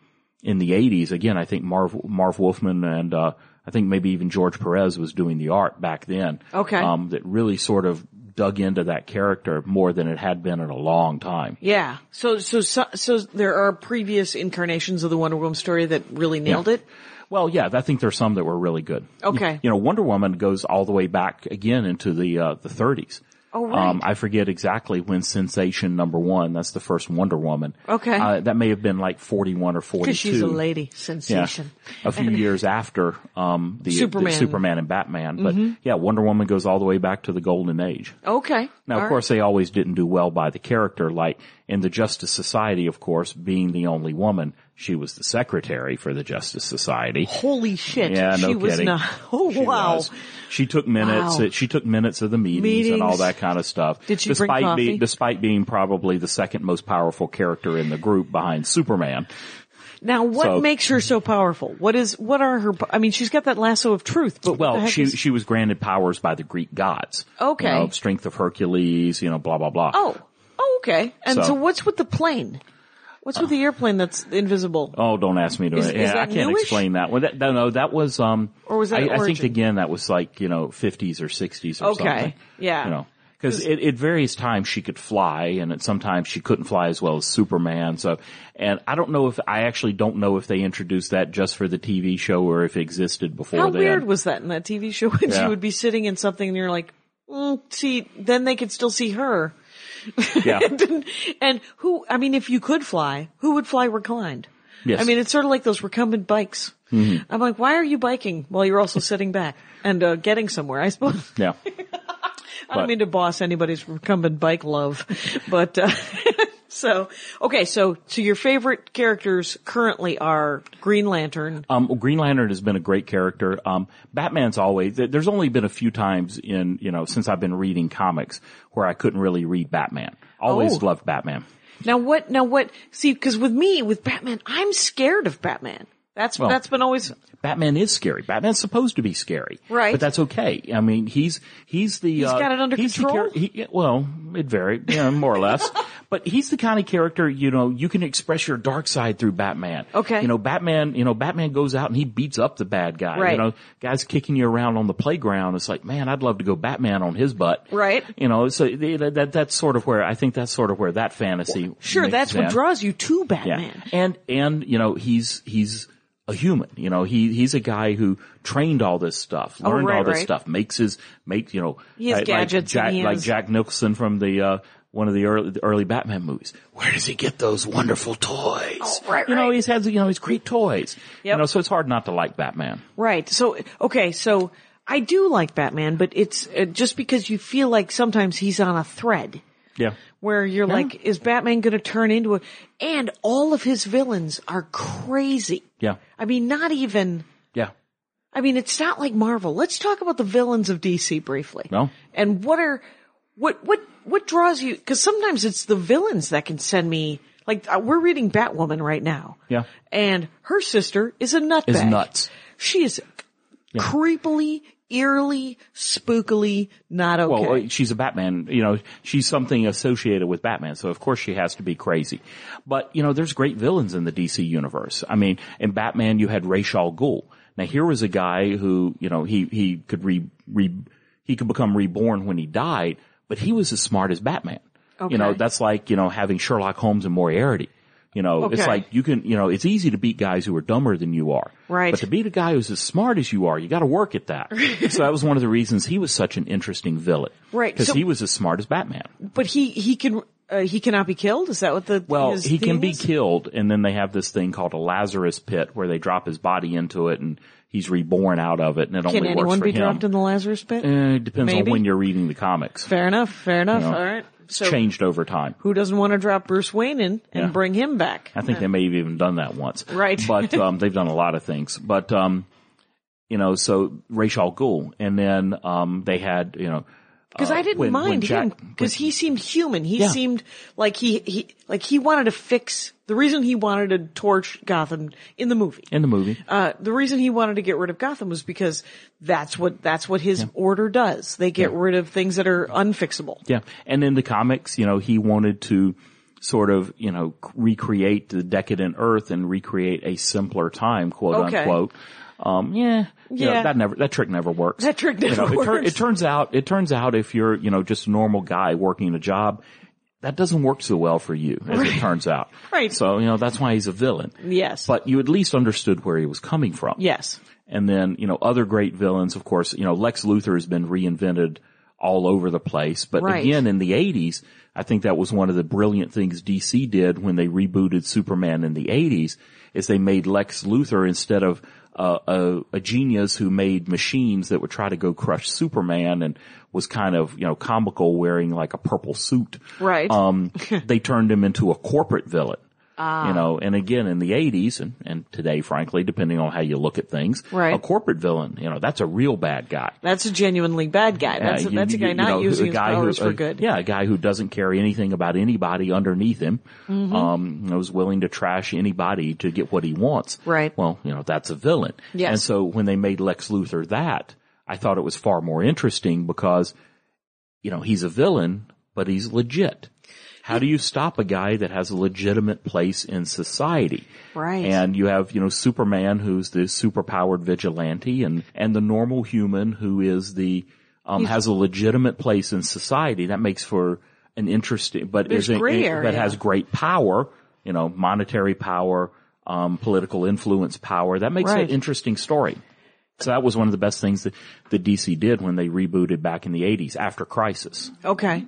Speaker 4: in the 80s. Again, I think Marv, Marv Wolfman and, uh, I think maybe even George Perez was doing the art back then.
Speaker 3: Okay.
Speaker 4: Um, that really sort of dug into that character more than it had been in a long time.
Speaker 3: Yeah. So, so, so, so there are previous incarnations of the Wonder Woman story that really nailed
Speaker 4: Yeah.
Speaker 3: it.
Speaker 4: Well, yeah, I think there's some that were really good.
Speaker 3: Okay.
Speaker 4: You, you know, Wonder Woman goes all the way back again into the uh, the 30s.
Speaker 3: Oh, right.
Speaker 4: Um, I forget exactly when Sensation number one. That's the first Wonder Woman.
Speaker 3: Okay.
Speaker 4: Uh, that may have been like 41 or 42.
Speaker 3: Because she's a lady
Speaker 4: Yeah.
Speaker 3: sensation.
Speaker 4: A few years after um, the the
Speaker 3: Superman. Mm-hmm.
Speaker 4: Superman and Batman, but yeah, Wonder Woman goes all the way back to the Golden Age.
Speaker 3: Okay.
Speaker 4: Now,
Speaker 3: All
Speaker 4: of course, they always didn't do well by the character. Like in the Justice Society, of course, being the only woman, she was the secretary for the Justice Society.
Speaker 3: right. Holy shit.
Speaker 4: Yeah, no
Speaker 3: she was
Speaker 4: kidding.
Speaker 3: not. Oh,
Speaker 4: She
Speaker 3: wow.
Speaker 4: was. She took minutes.
Speaker 3: Wow.
Speaker 4: She took minutes of the meetings, and all
Speaker 3: Meetings.
Speaker 4: that kind of stuff.
Speaker 3: Did she bring
Speaker 4: despite
Speaker 3: coffee?
Speaker 4: Being, despite being probably the second most powerful character in the group behind Superman.
Speaker 3: Now, what
Speaker 4: So-
Speaker 3: makes her so powerful? What is, what are her, I mean, she's got that lasso of truth, but what the
Speaker 4: Well,
Speaker 3: heck
Speaker 4: she
Speaker 3: is-
Speaker 4: she was granted powers by the Greek gods.
Speaker 3: Okay.
Speaker 4: You know, strength of Hercules. You know, blah blah blah.
Speaker 3: oh, oh, okay. And
Speaker 4: So- Uh.
Speaker 3: so, what's with the plane? What's with the airplane that's invisible?
Speaker 4: Oh, don't ask me to.
Speaker 3: Is- is
Speaker 4: yeah, I
Speaker 3: that
Speaker 4: can't
Speaker 3: newish?
Speaker 4: explain that one. That, no, no, that was. Um,
Speaker 3: Or was that
Speaker 4: I, I think
Speaker 3: origin?
Speaker 4: again that was like you know fifties or sixties or
Speaker 3: Okay,
Speaker 4: something.
Speaker 3: yeah.
Speaker 4: You know, because at, at various times she could fly, and at sometimes she couldn't fly as well as Superman. So, and I don't know if I actually don't know if they introduced that just for the TV show or if it existed before.
Speaker 3: How
Speaker 4: then.
Speaker 3: weird was that in that TV show when
Speaker 4: Yeah.
Speaker 3: she would be sitting in something and you're like, mm, see, then they could still see her.
Speaker 4: Yeah.
Speaker 3: and who, I mean, if you could fly, who would fly reclined?
Speaker 4: Yes. Mm-hmm.
Speaker 3: I mean, it's sort of like those recumbent bikes. I'm like, why are you biking while you're also sitting back and uh, getting somewhere? I suppose.
Speaker 4: yeah.
Speaker 3: I don't
Speaker 4: But-
Speaker 3: mean to boss anybody's recumbent bike love, but uh, so okay. So, so your favorite characters currently are Green Lantern.
Speaker 4: Um, well, Green Lantern has been a great character. Um, Batman's always there- there's only been a few times in you know since I've been reading comics where I couldn't really read Batman. Always
Speaker 3: Oh.
Speaker 4: loved Batman.
Speaker 3: Now what? Now what? See, because with me, with Batman, I'm scared of Batman. That's
Speaker 4: Well-
Speaker 3: that's been always
Speaker 4: Batman is scary. Batman's supposed to be scary,
Speaker 3: Right.
Speaker 4: But that's okay. I mean, he's he's the he's uh,
Speaker 3: got it under
Speaker 4: he's the
Speaker 3: control?
Speaker 4: char- he- well, it varied, you know, more or less. But he's the kind of character you know you can express your dark side through Batman.
Speaker 3: Okay.
Speaker 4: you know Batman. You know Batman goes out and he beats up the bad guy. You
Speaker 3: Right.
Speaker 4: know, guys kicking you around on the playground. It's like, man, I'd love to go Batman on his butt.
Speaker 3: Right.
Speaker 4: You know, so they- that, that that's sort of where I think that's sort of where that fantasy.
Speaker 3: sure
Speaker 4: mixes
Speaker 3: that's what
Speaker 4: in.
Speaker 3: draws you to
Speaker 4: Yeah.
Speaker 3: Batman.
Speaker 4: And and you know he's he's a human. You know he he's a guy who trained all this stuff, learned
Speaker 3: Oh, right,
Speaker 4: all this
Speaker 3: right.
Speaker 4: stuff, makes his make you know
Speaker 3: He has
Speaker 4: like,
Speaker 3: gadgets
Speaker 4: like
Speaker 3: and
Speaker 4: Jack,
Speaker 3: he
Speaker 4: like
Speaker 3: has-
Speaker 4: Jack Nicholson from the. uh one of the early, the early Batman movies. Where does he get those wonderful toys?
Speaker 3: Oh, right,
Speaker 4: you know,
Speaker 3: right.
Speaker 4: he's has, you know, he's great toys. You
Speaker 3: Yep.
Speaker 4: know, so it's hard not to like Batman.
Speaker 3: Right. So okay. So I do like Batman, but it's uh, just because you feel like sometimes he's on a thread.
Speaker 4: Yeah.
Speaker 3: where you're like, is Batman going to turn into a? And all of his villains are crazy.
Speaker 4: Yeah.
Speaker 3: I mean, not even.
Speaker 4: Yeah.
Speaker 3: I mean, it's not like Marvel. Let's talk about the villains of DC briefly.
Speaker 4: No.
Speaker 3: And what are what what what draws you? Because sometimes it's the villains that can send me. Like uh, we're reading Batwoman right now.
Speaker 4: Yeah.
Speaker 3: And her sister is a nutbag.
Speaker 4: Is nuts.
Speaker 3: She is creepily, eerily, spookily not okay.
Speaker 4: Well, uh, she's a Batman, you know, she's something associated with Batman, so of course she has to be crazy. But, you know, there's great villains in the DC universe. I mean, in Batman you had Ra's al Ghul. Now here was a guy who, you know, he, he could re, re, he could become reborn when he died, but he was as smart as Batman.
Speaker 3: Okay.
Speaker 4: You know, that's like, you know, having Sherlock Holmes and Moriarty. You know,
Speaker 3: Okay.
Speaker 4: it's like you can, you know, it's easy to beat guys who are dumber than you are.
Speaker 3: Right.
Speaker 4: But to beat a guy who's as smart as you are, you got to work at that. so that was one of the reasons he was such an interesting villain.
Speaker 3: Right,
Speaker 4: Because
Speaker 3: so-
Speaker 4: he was as smart as Batman.
Speaker 3: but he he can uh, he cannot be killed. Is that what the
Speaker 4: Well,
Speaker 3: his
Speaker 4: he can
Speaker 3: thing
Speaker 4: be
Speaker 3: is?
Speaker 4: killed, and then they have this thing called a Lazarus pit where they drop his body into it, and he's reborn out of it, and it
Speaker 3: Can
Speaker 4: only works
Speaker 3: anyone
Speaker 4: for
Speaker 3: be
Speaker 4: him.
Speaker 3: dropped in the Lazarus pit?
Speaker 4: Eh, it depends
Speaker 3: Maybe.
Speaker 4: on when you're reading the comics.
Speaker 3: fair enough. Fair enough.
Speaker 4: You know,
Speaker 3: All right. So
Speaker 4: Changed over time.
Speaker 3: who doesn't want to drop Bruce Wayne in and
Speaker 4: Yeah.
Speaker 3: bring him back?
Speaker 4: I think they may have even done that once.
Speaker 3: Right.
Speaker 4: But um, they've done a lot of things. But um, you know, so Ra's al Ghul, and then um, they had you know
Speaker 3: Because
Speaker 4: uh,
Speaker 3: I didn't
Speaker 4: when- when
Speaker 3: mind him
Speaker 4: Jack-
Speaker 3: because he seemed human. He
Speaker 4: Yeah.
Speaker 3: seemed like he, he like he wanted to fix the reason he wanted to torch Gotham in the movie.
Speaker 4: in the movie.
Speaker 3: Uh, the reason he wanted to get rid of Gotham was because that's what that's what his order does. They get rid of things that are unfixable.
Speaker 4: Yeah. And in the comics, you know, he wanted to sort of, you know, c- recreate the decadent earth and recreate a simpler time, quote
Speaker 3: Okay.
Speaker 4: unquote. Um, yeah, you know,
Speaker 3: Yeah.
Speaker 4: that never, that trick never works.
Speaker 3: That trick
Speaker 4: You know,
Speaker 3: never
Speaker 4: it tur-
Speaker 3: works.
Speaker 4: It turns out, it turns out if you're, you know, just a normal guy working a job, that doesn't work so well for you, as it turns out.
Speaker 3: Right.
Speaker 4: So, you know, that's why he's a villain.
Speaker 3: Yes.
Speaker 4: But you at least understood where he was coming from.
Speaker 3: Yes.
Speaker 4: And then, you know, other great villains, of course, you know, Lex Luthor has been reinvented all over the place. But
Speaker 3: Right.
Speaker 4: again, in the 80s, I think that was one of the brilliant things DC did when they rebooted Superman in the 80s is they made Lex Luthor instead of uh, a, a genius who made machines that would try to go crush Superman and was kind of, you know, comical wearing like a purple suit
Speaker 3: Right.
Speaker 4: um, they turned him into a corporate villain.
Speaker 3: Ah.
Speaker 4: You know, and again in the '80s and and today, frankly, depending on how you look at things,
Speaker 3: Right.
Speaker 4: a corporate villain, you know, that's a real bad guy.
Speaker 3: That's a genuinely bad guy. That's a,
Speaker 4: Yeah, you-
Speaker 3: that's a
Speaker 4: you-
Speaker 3: guy
Speaker 4: you
Speaker 3: not
Speaker 4: know,
Speaker 3: using
Speaker 4: a
Speaker 3: his
Speaker 4: guy who-
Speaker 3: powers for
Speaker 4: a-
Speaker 3: good.
Speaker 4: Yeah, a guy who doesn't care anything about anybody underneath him.
Speaker 3: Mm-hmm.
Speaker 4: Um, you know, is willing to trash anybody to get what he wants.
Speaker 3: Right.
Speaker 4: Well, you know, that's a villain.
Speaker 3: Yes.
Speaker 4: And so when they made Lex Luthor that, I thought it was far more interesting because, you know, he's a villain, but he's legit. How do you stop a guy that has a legitimate place in society?
Speaker 3: Right.
Speaker 4: And you have, you know, Superman who's the superpowered vigilante and, and the normal human who is the, um, has a legitimate place in society. That makes for an interesting, but
Speaker 3: There's
Speaker 4: isn't,
Speaker 3: gray
Speaker 4: it-
Speaker 3: area.
Speaker 4: that has great power, you know, monetary power, um, political influence power. That makes
Speaker 3: Right.
Speaker 4: an interesting story. So that was one of the best things that the DC did when they rebooted back in the 80s after Crisis.
Speaker 3: Okay.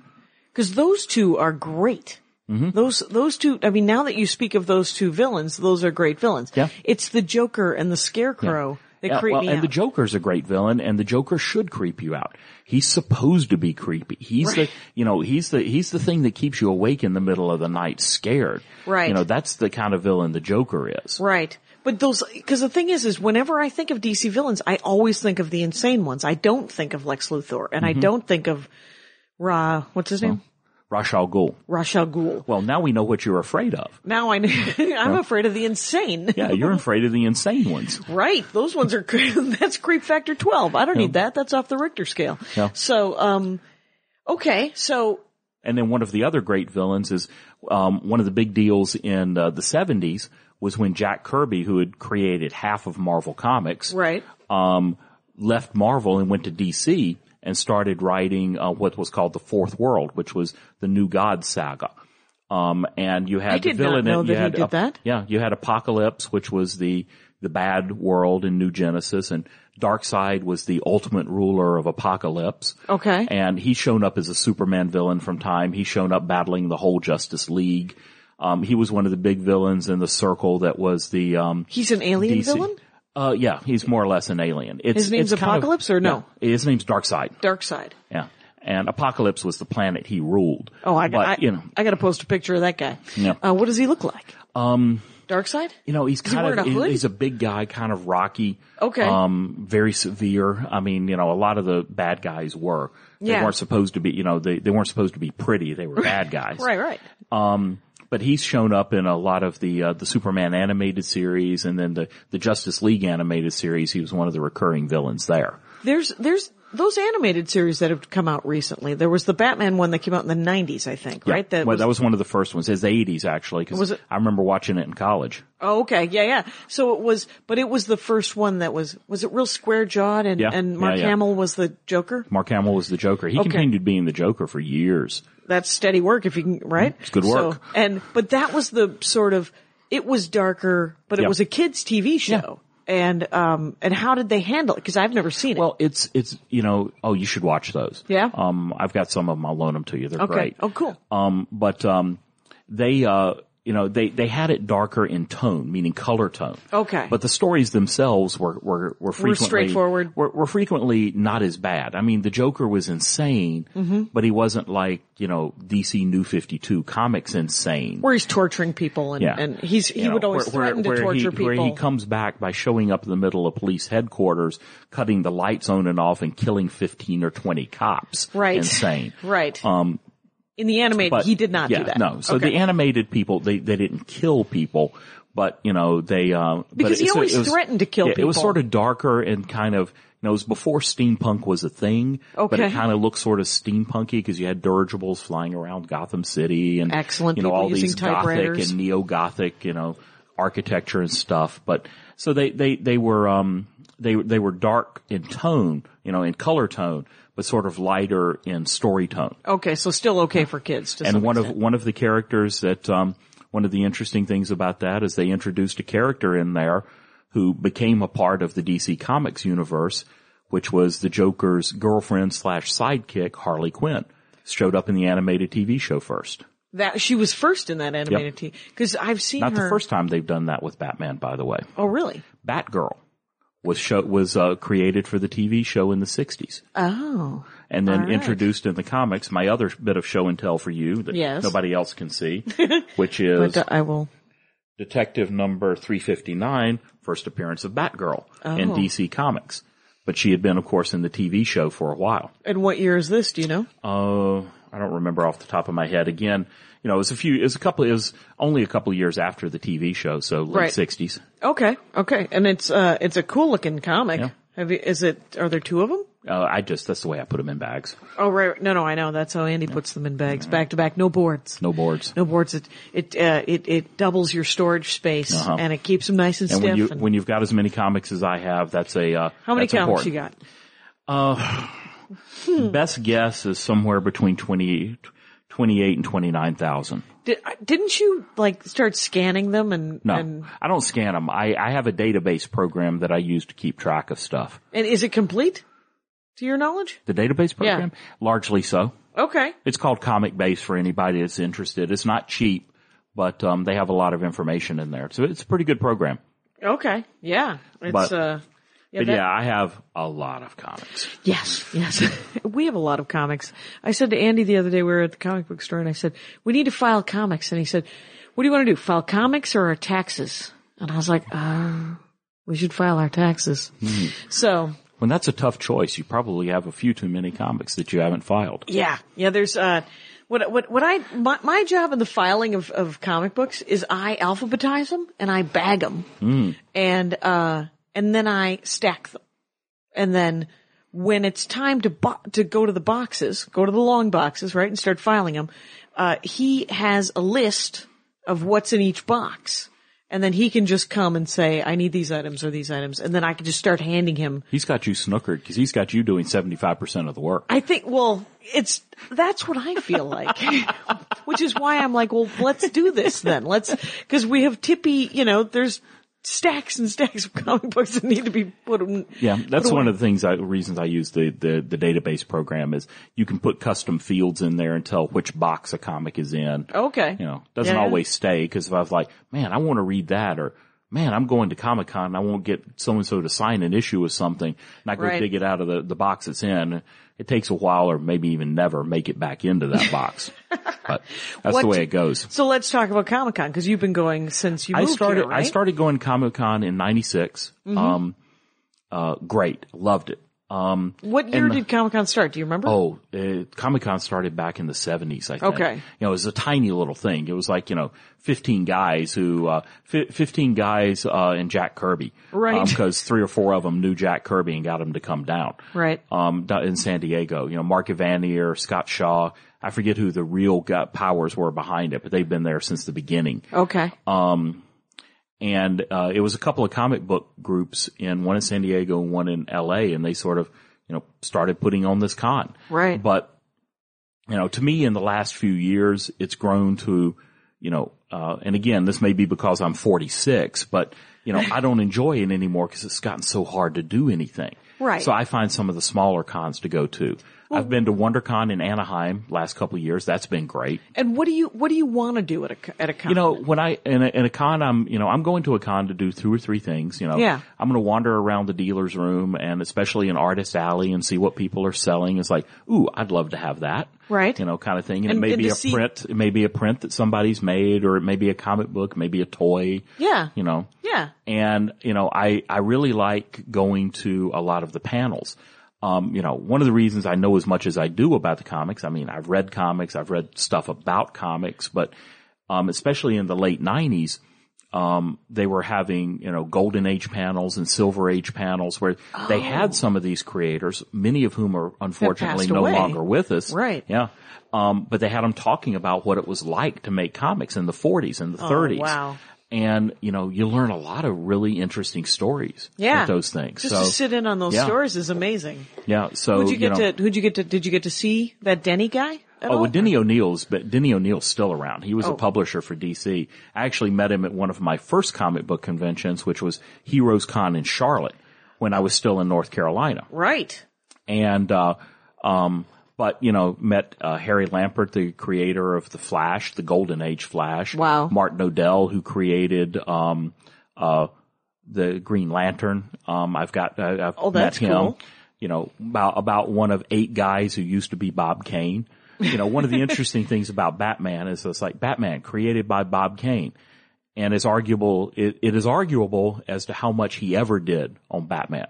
Speaker 3: Because those two are great.
Speaker 4: Mm-hmm.
Speaker 3: Those those two. I mean, now that you speak of those two villains, those are great villains.
Speaker 4: Yeah.
Speaker 3: It's the Joker and the Scarecrow that
Speaker 4: Yeah,
Speaker 3: creep
Speaker 4: well,
Speaker 3: me
Speaker 4: and
Speaker 3: out.
Speaker 4: the Joker's a great villain, and the Joker should creep you out. He's supposed to be creepy. He's the, you know, he's the he's the thing that keeps you awake in the middle of the night, scared.
Speaker 3: Right.
Speaker 4: You know, that's the kind of villain the Joker is.
Speaker 3: Right. But those, cause the thing is, is whenever I think of DC villains, I always think of the insane ones. I don't think of Lex Luthor and
Speaker 4: Mm-hmm.
Speaker 3: I don't think of Ra, what's his name?
Speaker 4: Ra's al Ghul.
Speaker 3: Ra's al Ghul.
Speaker 4: Well, now we know what you're afraid of.
Speaker 3: Now I, kn- I'm afraid of the insane.
Speaker 4: Yeah, you're afraid of the insane ones.
Speaker 3: Right. Those ones are, cre- that's creep factor 12. I don't need that. That's off the Richter scale.
Speaker 4: Yeah.
Speaker 3: So, um, okay. So
Speaker 4: And then one of the other great villains is um, one of the big deals in uh, the '70s was when Jack Kirby, who had created half of Marvel Comics,
Speaker 3: Right.
Speaker 4: um, left Marvel and went to DC and started writing uh, what was called the Fourth World, which was the New God saga. Um, and you had
Speaker 3: I
Speaker 4: the
Speaker 3: did not
Speaker 4: villain.
Speaker 3: know
Speaker 4: and
Speaker 3: that
Speaker 4: you
Speaker 3: he
Speaker 4: had uh,
Speaker 3: did that.
Speaker 4: Yeah, you had Apocalypse, which was the the bad world in New Genesis, and Darkseid was the ultimate ruler of Apocalypse.
Speaker 3: Okay.
Speaker 4: and he's shown up as a Superman villain from time. He's shown up battling the whole Justice League. Um, he was one of the big villains in the Circle that was the um,
Speaker 3: he's an alien
Speaker 4: DC.
Speaker 3: villain?
Speaker 4: Uh, yeah, he's more or less an alien. It's,
Speaker 3: His name's
Speaker 4: it's kind of-
Speaker 3: Apocalypse or no?
Speaker 4: Yeah, his name's Darkseid.
Speaker 3: Dark side.
Speaker 4: Yeah, and Apocalypse was the planet he ruled.
Speaker 3: Oh, I,
Speaker 4: but,
Speaker 3: got. I,
Speaker 4: you know,
Speaker 3: I got to post a picture of that guy.
Speaker 4: Yeah.
Speaker 3: Uh, what does he look like? Um, Dark side?
Speaker 4: you know, he's
Speaker 3: he
Speaker 4: kind of
Speaker 3: wearing a hood?
Speaker 4: he- he's a big guy, kind of rocky.
Speaker 3: Okay.
Speaker 4: um, very severe. I mean, you know, a lot of the bad guys were. They
Speaker 3: Yeah.
Speaker 4: weren't supposed to be. You know, they they weren't supposed to be pretty. They were bad guys.
Speaker 3: Right, right.
Speaker 4: but he's shown up in a lot of the uh, the Superman animated series and then the the Justice League animated series. He was one of the recurring villains there.
Speaker 3: There's there's those animated series that have come out recently. There was the Batman one that came out in the '90s, I think, right?
Speaker 4: That, well, was, that was one of the first ones. It's the '80s actually,
Speaker 3: Was
Speaker 4: because
Speaker 3: it-
Speaker 4: I remember watching it in college.
Speaker 3: Oh, okay, yeah, yeah. So it was, but it was the first one that was was it real square jawed and
Speaker 4: Yeah,
Speaker 3: and
Speaker 4: yeah,
Speaker 3: Mark
Speaker 4: yeah.
Speaker 3: Hamill was the Joker.
Speaker 4: Mark Hamill was the Joker. He continued being the Joker for years.
Speaker 3: that's steady work if you can, right? It's
Speaker 4: good work.
Speaker 3: and, but that was the sort of, it was darker, but it
Speaker 4: Yeah.
Speaker 3: was a kids TV show. And, um, and how did they handle it? Cause I've never seen it.
Speaker 4: Well, it's it's you know oh you should watch those.
Speaker 3: Yeah?
Speaker 4: Um, I've got some of them. I'll loan them to you. They're
Speaker 3: okay.
Speaker 4: great.
Speaker 3: Oh, cool.
Speaker 4: Um, but um, they uh, you know they they had it darker in tone, meaning color tone.
Speaker 3: Okay.
Speaker 4: But the stories themselves were were were frequently
Speaker 3: straightforward.
Speaker 4: Were, were frequently not as bad. I mean, the Joker was insane, but he wasn't like you know DC New Fifty Two comics insane.
Speaker 3: Where he's torturing people and,
Speaker 4: Yeah.
Speaker 3: and he's, he
Speaker 4: you know,
Speaker 3: would always threaten to torture
Speaker 4: he,
Speaker 3: people.
Speaker 4: Where he comes back by showing up in the middle of police headquarters, cutting the lights on and off and killing 15 or 20 cops.
Speaker 3: Right.
Speaker 4: Insane.
Speaker 3: right. Um, in the animated,
Speaker 4: But
Speaker 3: he did not
Speaker 4: yeah,
Speaker 3: do that.
Speaker 4: No. So
Speaker 3: Okay.
Speaker 4: the animated people, they, they didn't kill people, but you know, they, um, but
Speaker 3: Because he
Speaker 4: it's-
Speaker 3: always
Speaker 4: it was-
Speaker 3: threatened to kill
Speaker 4: yeah, It was
Speaker 3: people.
Speaker 4: sort of darker and kind of, you know, it was before steampunk was a thing, but
Speaker 3: Okay.
Speaker 4: it kind of looked sort of steampunky because you had dirigibles flying around Gotham City and
Speaker 3: Excellent
Speaker 4: you know,
Speaker 3: people
Speaker 4: all
Speaker 3: using
Speaker 4: these Gothic
Speaker 3: typewriters.
Speaker 4: and neo-Gothic, you know, architecture and stuff. But so they, they, they were, um, they, they were dark in tone, you know, in color tone, but sort of lighter in story tone.
Speaker 3: okay. So still okay for kids. To
Speaker 4: And
Speaker 3: some
Speaker 4: one of,
Speaker 3: extent.
Speaker 4: one of the characters that, um, one of the interesting things about that is they introduced a character in there who became a part of the DC Comics universe, which was the Joker's girlfriend slash sidekick, Harley Quinn. Showed up in the animated TV show first.
Speaker 3: that, she was first in that animated TV. Cause I've seen
Speaker 4: Not
Speaker 3: her.
Speaker 4: the first time they've done that with Batman, by the way.
Speaker 3: Oh, really?
Speaker 4: Batgirl was show, was uh, created for the TV show in the 60s
Speaker 3: Oh.
Speaker 4: and then
Speaker 3: All right.
Speaker 4: introduced in the comics. My other bit of show and tell for you that
Speaker 3: Yes.
Speaker 4: nobody else can see, which is
Speaker 3: But uh, I will.
Speaker 4: Detective number 359, first appearance of Batgirl in
Speaker 3: Oh.
Speaker 4: DC Comics. But she had been, of course, in the TV show for a while.
Speaker 3: And what year is this? Do you know?
Speaker 4: Uh, I don't remember off the top of my head. Again, you know, it was a few, it was a couple, it was only a couple of years after the TV show, so late
Speaker 3: Right.
Speaker 4: 60s.
Speaker 3: Okay, okay, and it's uh it's a cool looking comic.
Speaker 4: Yeah.
Speaker 3: Have you? Is it? Are there two of them?
Speaker 4: Uh, I just, that's the way I put them in bags.
Speaker 3: Oh right, right. no, no, I know. That's how Andy puts them in bags, back to back, no boards,
Speaker 4: No boards.
Speaker 3: no boards. It it uh, it it doubles your storage space
Speaker 4: Uh-huh.
Speaker 3: and it keeps them nice and,
Speaker 4: And
Speaker 3: stiff.
Speaker 4: when you
Speaker 3: and-
Speaker 4: when you've got as many comics as I have, that's a uh,
Speaker 3: how many
Speaker 4: that's
Speaker 3: comics
Speaker 4: important.
Speaker 3: you got?
Speaker 4: Best guess is somewhere between 20, 28 and twenty nine thousand.
Speaker 3: Did, I- didn't you like start scanning them and
Speaker 4: No,
Speaker 3: and,
Speaker 4: I don't scan them. I I have a database program that I use to keep track of stuff.
Speaker 3: and is it complete to your knowledge?
Speaker 4: The database program, largely so.
Speaker 3: Okay,
Speaker 4: It's called Comic Base for anybody that's interested. It's not cheap, but um, they have a lot of information in there, so it's a pretty good program.
Speaker 3: okay, yeah, it's
Speaker 4: But-
Speaker 3: uh. Yeah,
Speaker 4: But
Speaker 3: that-
Speaker 4: yeah, I have a lot of comics.
Speaker 3: Yes, yes. we have a lot of comics. I said to Andy the other day, we were at the comic book store and I said, we need to file comics. And he said, what do you want to do? File comics or our taxes? And I was like, uh, we should file our taxes.
Speaker 4: Hmm.
Speaker 3: So
Speaker 4: When that's a tough choice, you probably have a few too many comics that you haven't filed.
Speaker 3: yeah, yeah, there's, uh, what, what, what I, my, my job in the filing of, of comic books is I alphabetize them and I bag them. And, uh, and then I stack them. and then when it's time to bo- to go to the boxes, go to the long boxes, right, and start filing them, uh, he has a list of what's in each box, and then he can just come and say, "I need these items or these items," and then I can just start handing him.
Speaker 4: He's got you snookered because he's got you doing seventy five percent of the work.
Speaker 3: I think, well, it's that's what I feel like, which is why I'm like, well, let's do this then. Let's because we have Tippy, you know, there's. Stacks and stacks of comic books that need to be put in.
Speaker 4: Yeah, that's
Speaker 3: away.
Speaker 4: one of the things I, reasons I use the, the, the database program is you can put custom fields in there and tell which box a comic is in.
Speaker 3: Okay.
Speaker 4: You know, doesn't
Speaker 3: Yeah, yeah.
Speaker 4: always stay because if I was like, man, I want to read that or man, I'm going to Comic Con and I won't get so and so to sign an issue of something and I go
Speaker 3: Right.
Speaker 4: dig it out of the, the box it's in. It takes a while or maybe even never make it back into that box. But that's
Speaker 3: What-
Speaker 4: the way it goes.
Speaker 3: So let's talk about Comic Con because you've been going since you
Speaker 4: I
Speaker 3: moved
Speaker 4: started.
Speaker 3: here, right? Mm-hmm.
Speaker 4: I started going Comic Con in '96. Um, uh, great, loved it. Um,
Speaker 3: What year
Speaker 4: and-
Speaker 3: did Comic Con start? Do you remember?
Speaker 4: Oh, uh, Comic Con started back in the seventies, I think.
Speaker 3: Okay.
Speaker 4: You know, it was a tiny little thing. It was like, you know, fifteen guys who, uh, fi fifteen guys, uh, and Jack Kirby.
Speaker 3: Right.
Speaker 4: Because three or four of them knew Jack Kirby and got him to come down.
Speaker 3: Right.
Speaker 4: Um, down in San Diego, you know, Mark Evanier, Scott Shaw. I forget who the real gu powers were behind it, but they've been there since the beginning
Speaker 3: okay.
Speaker 4: um, and uh, it was a couple of comic book groups in one in San Diego and one in L.A. and they sort of you know started putting on this con.
Speaker 3: Right.
Speaker 4: But you know, to me, in the last few years, it's grown to you know, uh, and again, this may be because I'm 46, but you know, I don't enjoy it anymore because it's gotten so hard to do anything.
Speaker 3: Right.
Speaker 4: So I find some of the smaller cons to go to. I've been to WonderCon in Anaheim last couple of years. That's been great.
Speaker 3: and what do you what do you want to do at a co- at a con?
Speaker 4: You know, when I in a, in a con, I'm you know I'm going to a con to do two or three things. You know,
Speaker 3: Yeah.
Speaker 4: I'm going to wander around the dealer's room and especially an artist alley and see what people are selling. It's like, ooh, I'd love to have that,
Speaker 3: Right.
Speaker 4: You know, kind of thing. And,
Speaker 3: And-
Speaker 4: it may
Speaker 3: and
Speaker 4: be
Speaker 3: to
Speaker 4: a
Speaker 3: see-
Speaker 4: print, it may be a print that somebody's made, or it may be a comic book, maybe a toy.
Speaker 3: Yeah.
Speaker 4: you know.
Speaker 3: Yeah.
Speaker 4: And, you know, I, I really like going to a lot of the panels. Um, you know, one of the reasons I know as much as I do about the comics, I mean, I've read comics, I've read stuff about comics, but, um, especially in the late nineties, um, they were having, you know, golden age panels and silver age panels where they had some of these creators, many of whom are unfortunately no
Speaker 3: Oh. away.
Speaker 4: longer with us.
Speaker 3: Right.
Speaker 4: Yeah. Um, but they had them talking about what it was like to make comics in the forties and the thirties.
Speaker 3: Oh, wow.
Speaker 4: And, you know, you learn a lot of really interesting stories
Speaker 3: yeah.
Speaker 4: with those things.
Speaker 3: Just
Speaker 4: so,
Speaker 3: to sit in on those
Speaker 4: yeah.
Speaker 3: stories is amazing.
Speaker 4: yeah. So,
Speaker 3: Who'd you get
Speaker 4: know,
Speaker 3: to? Who'd you get to? Did you get to see that Denny guy? At
Speaker 4: Oh,
Speaker 3: all?
Speaker 4: well, Denny O'Neill's, but Denny O'Neill's still around. He was
Speaker 3: Oh.
Speaker 4: a publisher for DC. I actually met him at one of my first comic book conventions, which was Heroes Con in Charlotte when I was still in North Carolina.
Speaker 3: right.
Speaker 4: and uh, um, but you know met uh, Harry Lampert, the creator of the Flash, the Golden Age Flash.
Speaker 3: Wow.
Speaker 4: Martin Odell, who created um, uh, the Green Lantern. Um, I've got I, I've
Speaker 3: Oh, that's
Speaker 4: met him.
Speaker 3: cool.
Speaker 4: You know about about one of eight guys who used to be Bob Kane. You know one of the interesting things about Batman is it's like Batman created by Bob Kane. And it's arguable, it, it is arguable as to how much he ever did on Batman.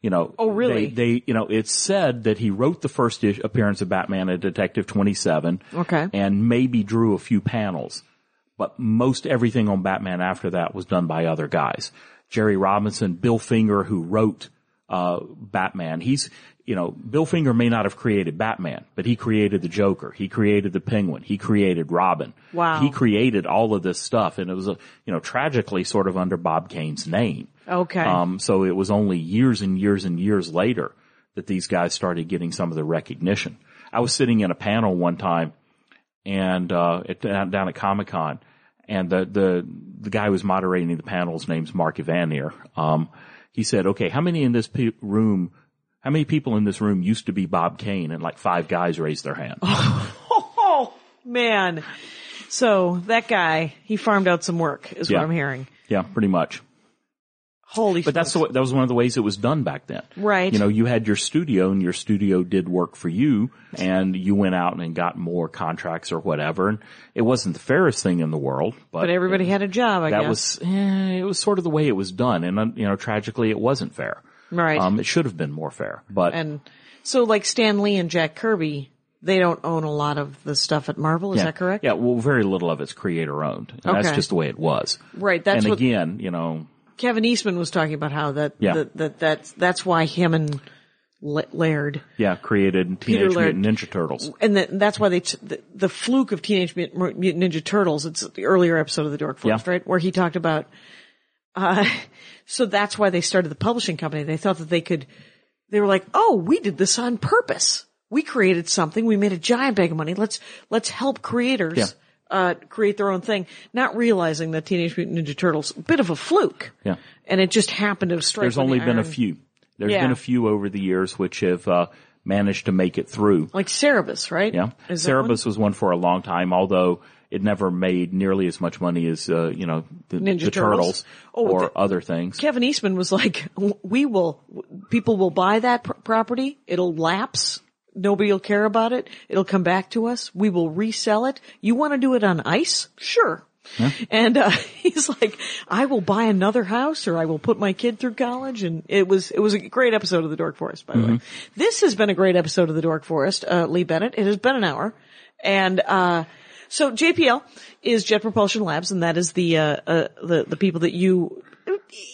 Speaker 4: You know,
Speaker 3: Oh, really?
Speaker 4: They, they, you know, it's said that he wrote the first ish, appearance of Batman at Detective 27.
Speaker 3: Okay.
Speaker 4: And maybe drew a few panels. But most everything on Batman after that was done by other guys. Jerry Robinson, Bill Finger, who wrote, uh, Batman. He's, you know, Bill Finger may not have created Batman, but he created the Joker. He created the Penguin. He created Robin.
Speaker 3: Wow.
Speaker 4: He created all of this stuff. And it was, a, you know, tragically sort of under Bob Kane's name.
Speaker 3: Okay.
Speaker 4: Um, so it was only years and years and years later that these guys started getting some of the recognition. I was sitting in a panel one time and, uh, at, down down at Comic Con and the, the, the guy who was moderating the panel's name's Mark Evanier. Um, he said, okay, how many in this pe- room, how many people in this room used to be Bob Kane? And like five guys raised their hand.
Speaker 3: Oh man. So that guy, he farmed out some work, is
Speaker 4: Yeah.
Speaker 3: what I'm hearing.
Speaker 4: yeah, pretty much.
Speaker 3: Holy.
Speaker 4: But that's the way, that was one of the ways it was done back then.
Speaker 3: Right.
Speaker 4: You know, you had your studio and your studio did work for you and you went out and got more contracts or whatever. And it wasn't the fairest thing in the world, but,
Speaker 3: But everybody had a job. I
Speaker 4: that
Speaker 3: guess.
Speaker 4: was, eh, it was sort of the way it was done. And, uh, you know, tragically it wasn't fair.
Speaker 3: Right.
Speaker 4: Um, it should have been more fair, but
Speaker 3: and so like Stan Lee and Jack Kirby, they don't own a lot of the stuff at Marvel. Is
Speaker 4: yeah.
Speaker 3: that correct?
Speaker 4: Yeah. Well, very little of it's creator owned. And That's
Speaker 3: Okay.
Speaker 4: just the way it was.
Speaker 3: Right, that's
Speaker 4: and
Speaker 3: what-
Speaker 4: again, you know,
Speaker 3: Kevin Eastman was talking about how that
Speaker 4: Yeah.
Speaker 3: that, that that's that's why him and La- Laird
Speaker 4: yeah, created Teenage
Speaker 3: Laird-
Speaker 4: Mutant Ninja Turtles.
Speaker 3: and that, that's why they t- the, the fluke of Teenage Mut- Mutant Ninja Turtles. It's the earlier episode of the Dork Forest,
Speaker 4: Yeah.
Speaker 3: right, where he talked about. Uh, so that's why they started the publishing company. They thought that they could. They were like, "Oh, we did this on purpose. We created something. We made a giant bag of money. Let's let's help creators."
Speaker 4: Yeah.
Speaker 3: Uh, create their own thing, not realizing that Teenage Mutant Ninja Turtles, bit of a fluke.
Speaker 4: Yeah.
Speaker 3: And it just happened to strike.
Speaker 4: There's
Speaker 3: when
Speaker 4: only
Speaker 3: the
Speaker 4: been a
Speaker 3: iron-
Speaker 4: few. There's
Speaker 3: Yeah.
Speaker 4: been a few over the years which have uh, managed to make it through.
Speaker 3: Like Cerebus, right?
Speaker 4: Yeah,
Speaker 3: Is that one?
Speaker 4: Cerebus was one for a long time, although it never made nearly as much money as uh, you know the,
Speaker 3: Ninja
Speaker 4: the
Speaker 3: Turtles.
Speaker 4: turtles,
Speaker 3: Oh,
Speaker 4: or
Speaker 3: the-
Speaker 4: other things.
Speaker 3: Kevin Eastman was like, we will, people will buy that pr- property. It'll lapse. Nobody will care about it. It'll come back to us. We will resell it. You want to do it on ice? Sure. And uh, he's like, "I will buy another house, or I will put my kid through college." And it was it was a great episode of the Dork Forest, by the way. This has been a great episode of the Dork Forest, uh, Lee Bennett. It has been an hour, and uh, so JPL is Jet Propulsion Labs, and that is the uh, uh, the the people that you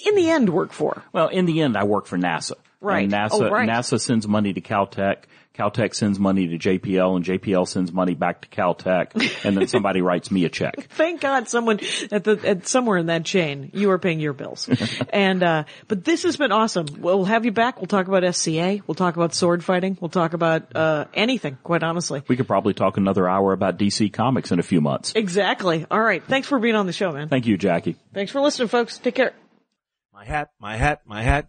Speaker 3: in the end work for.
Speaker 4: Well, in the end, I work for NASA.
Speaker 3: Right.
Speaker 4: And NASA,
Speaker 3: Oh, right.
Speaker 4: NASA sends money to Caltech. Caltech sends money to JPL and JPL sends money back to Caltech and then somebody writes me a check.
Speaker 3: Thank God someone at the, at somewhere in that chain, you are paying your bills. and, uh, but this has been awesome. We'll have you back. We'll talk about SCA. We'll talk about sword fighting. We'll talk about, uh, anything, quite honestly.
Speaker 4: We could probably talk another hour about DC comics in a few months.
Speaker 3: Exactly. All right. Thanks for being on the show, man.
Speaker 4: Thank you, Jackie.
Speaker 3: Thanks for listening, folks. Take care.
Speaker 5: My hat, my hat, my hat.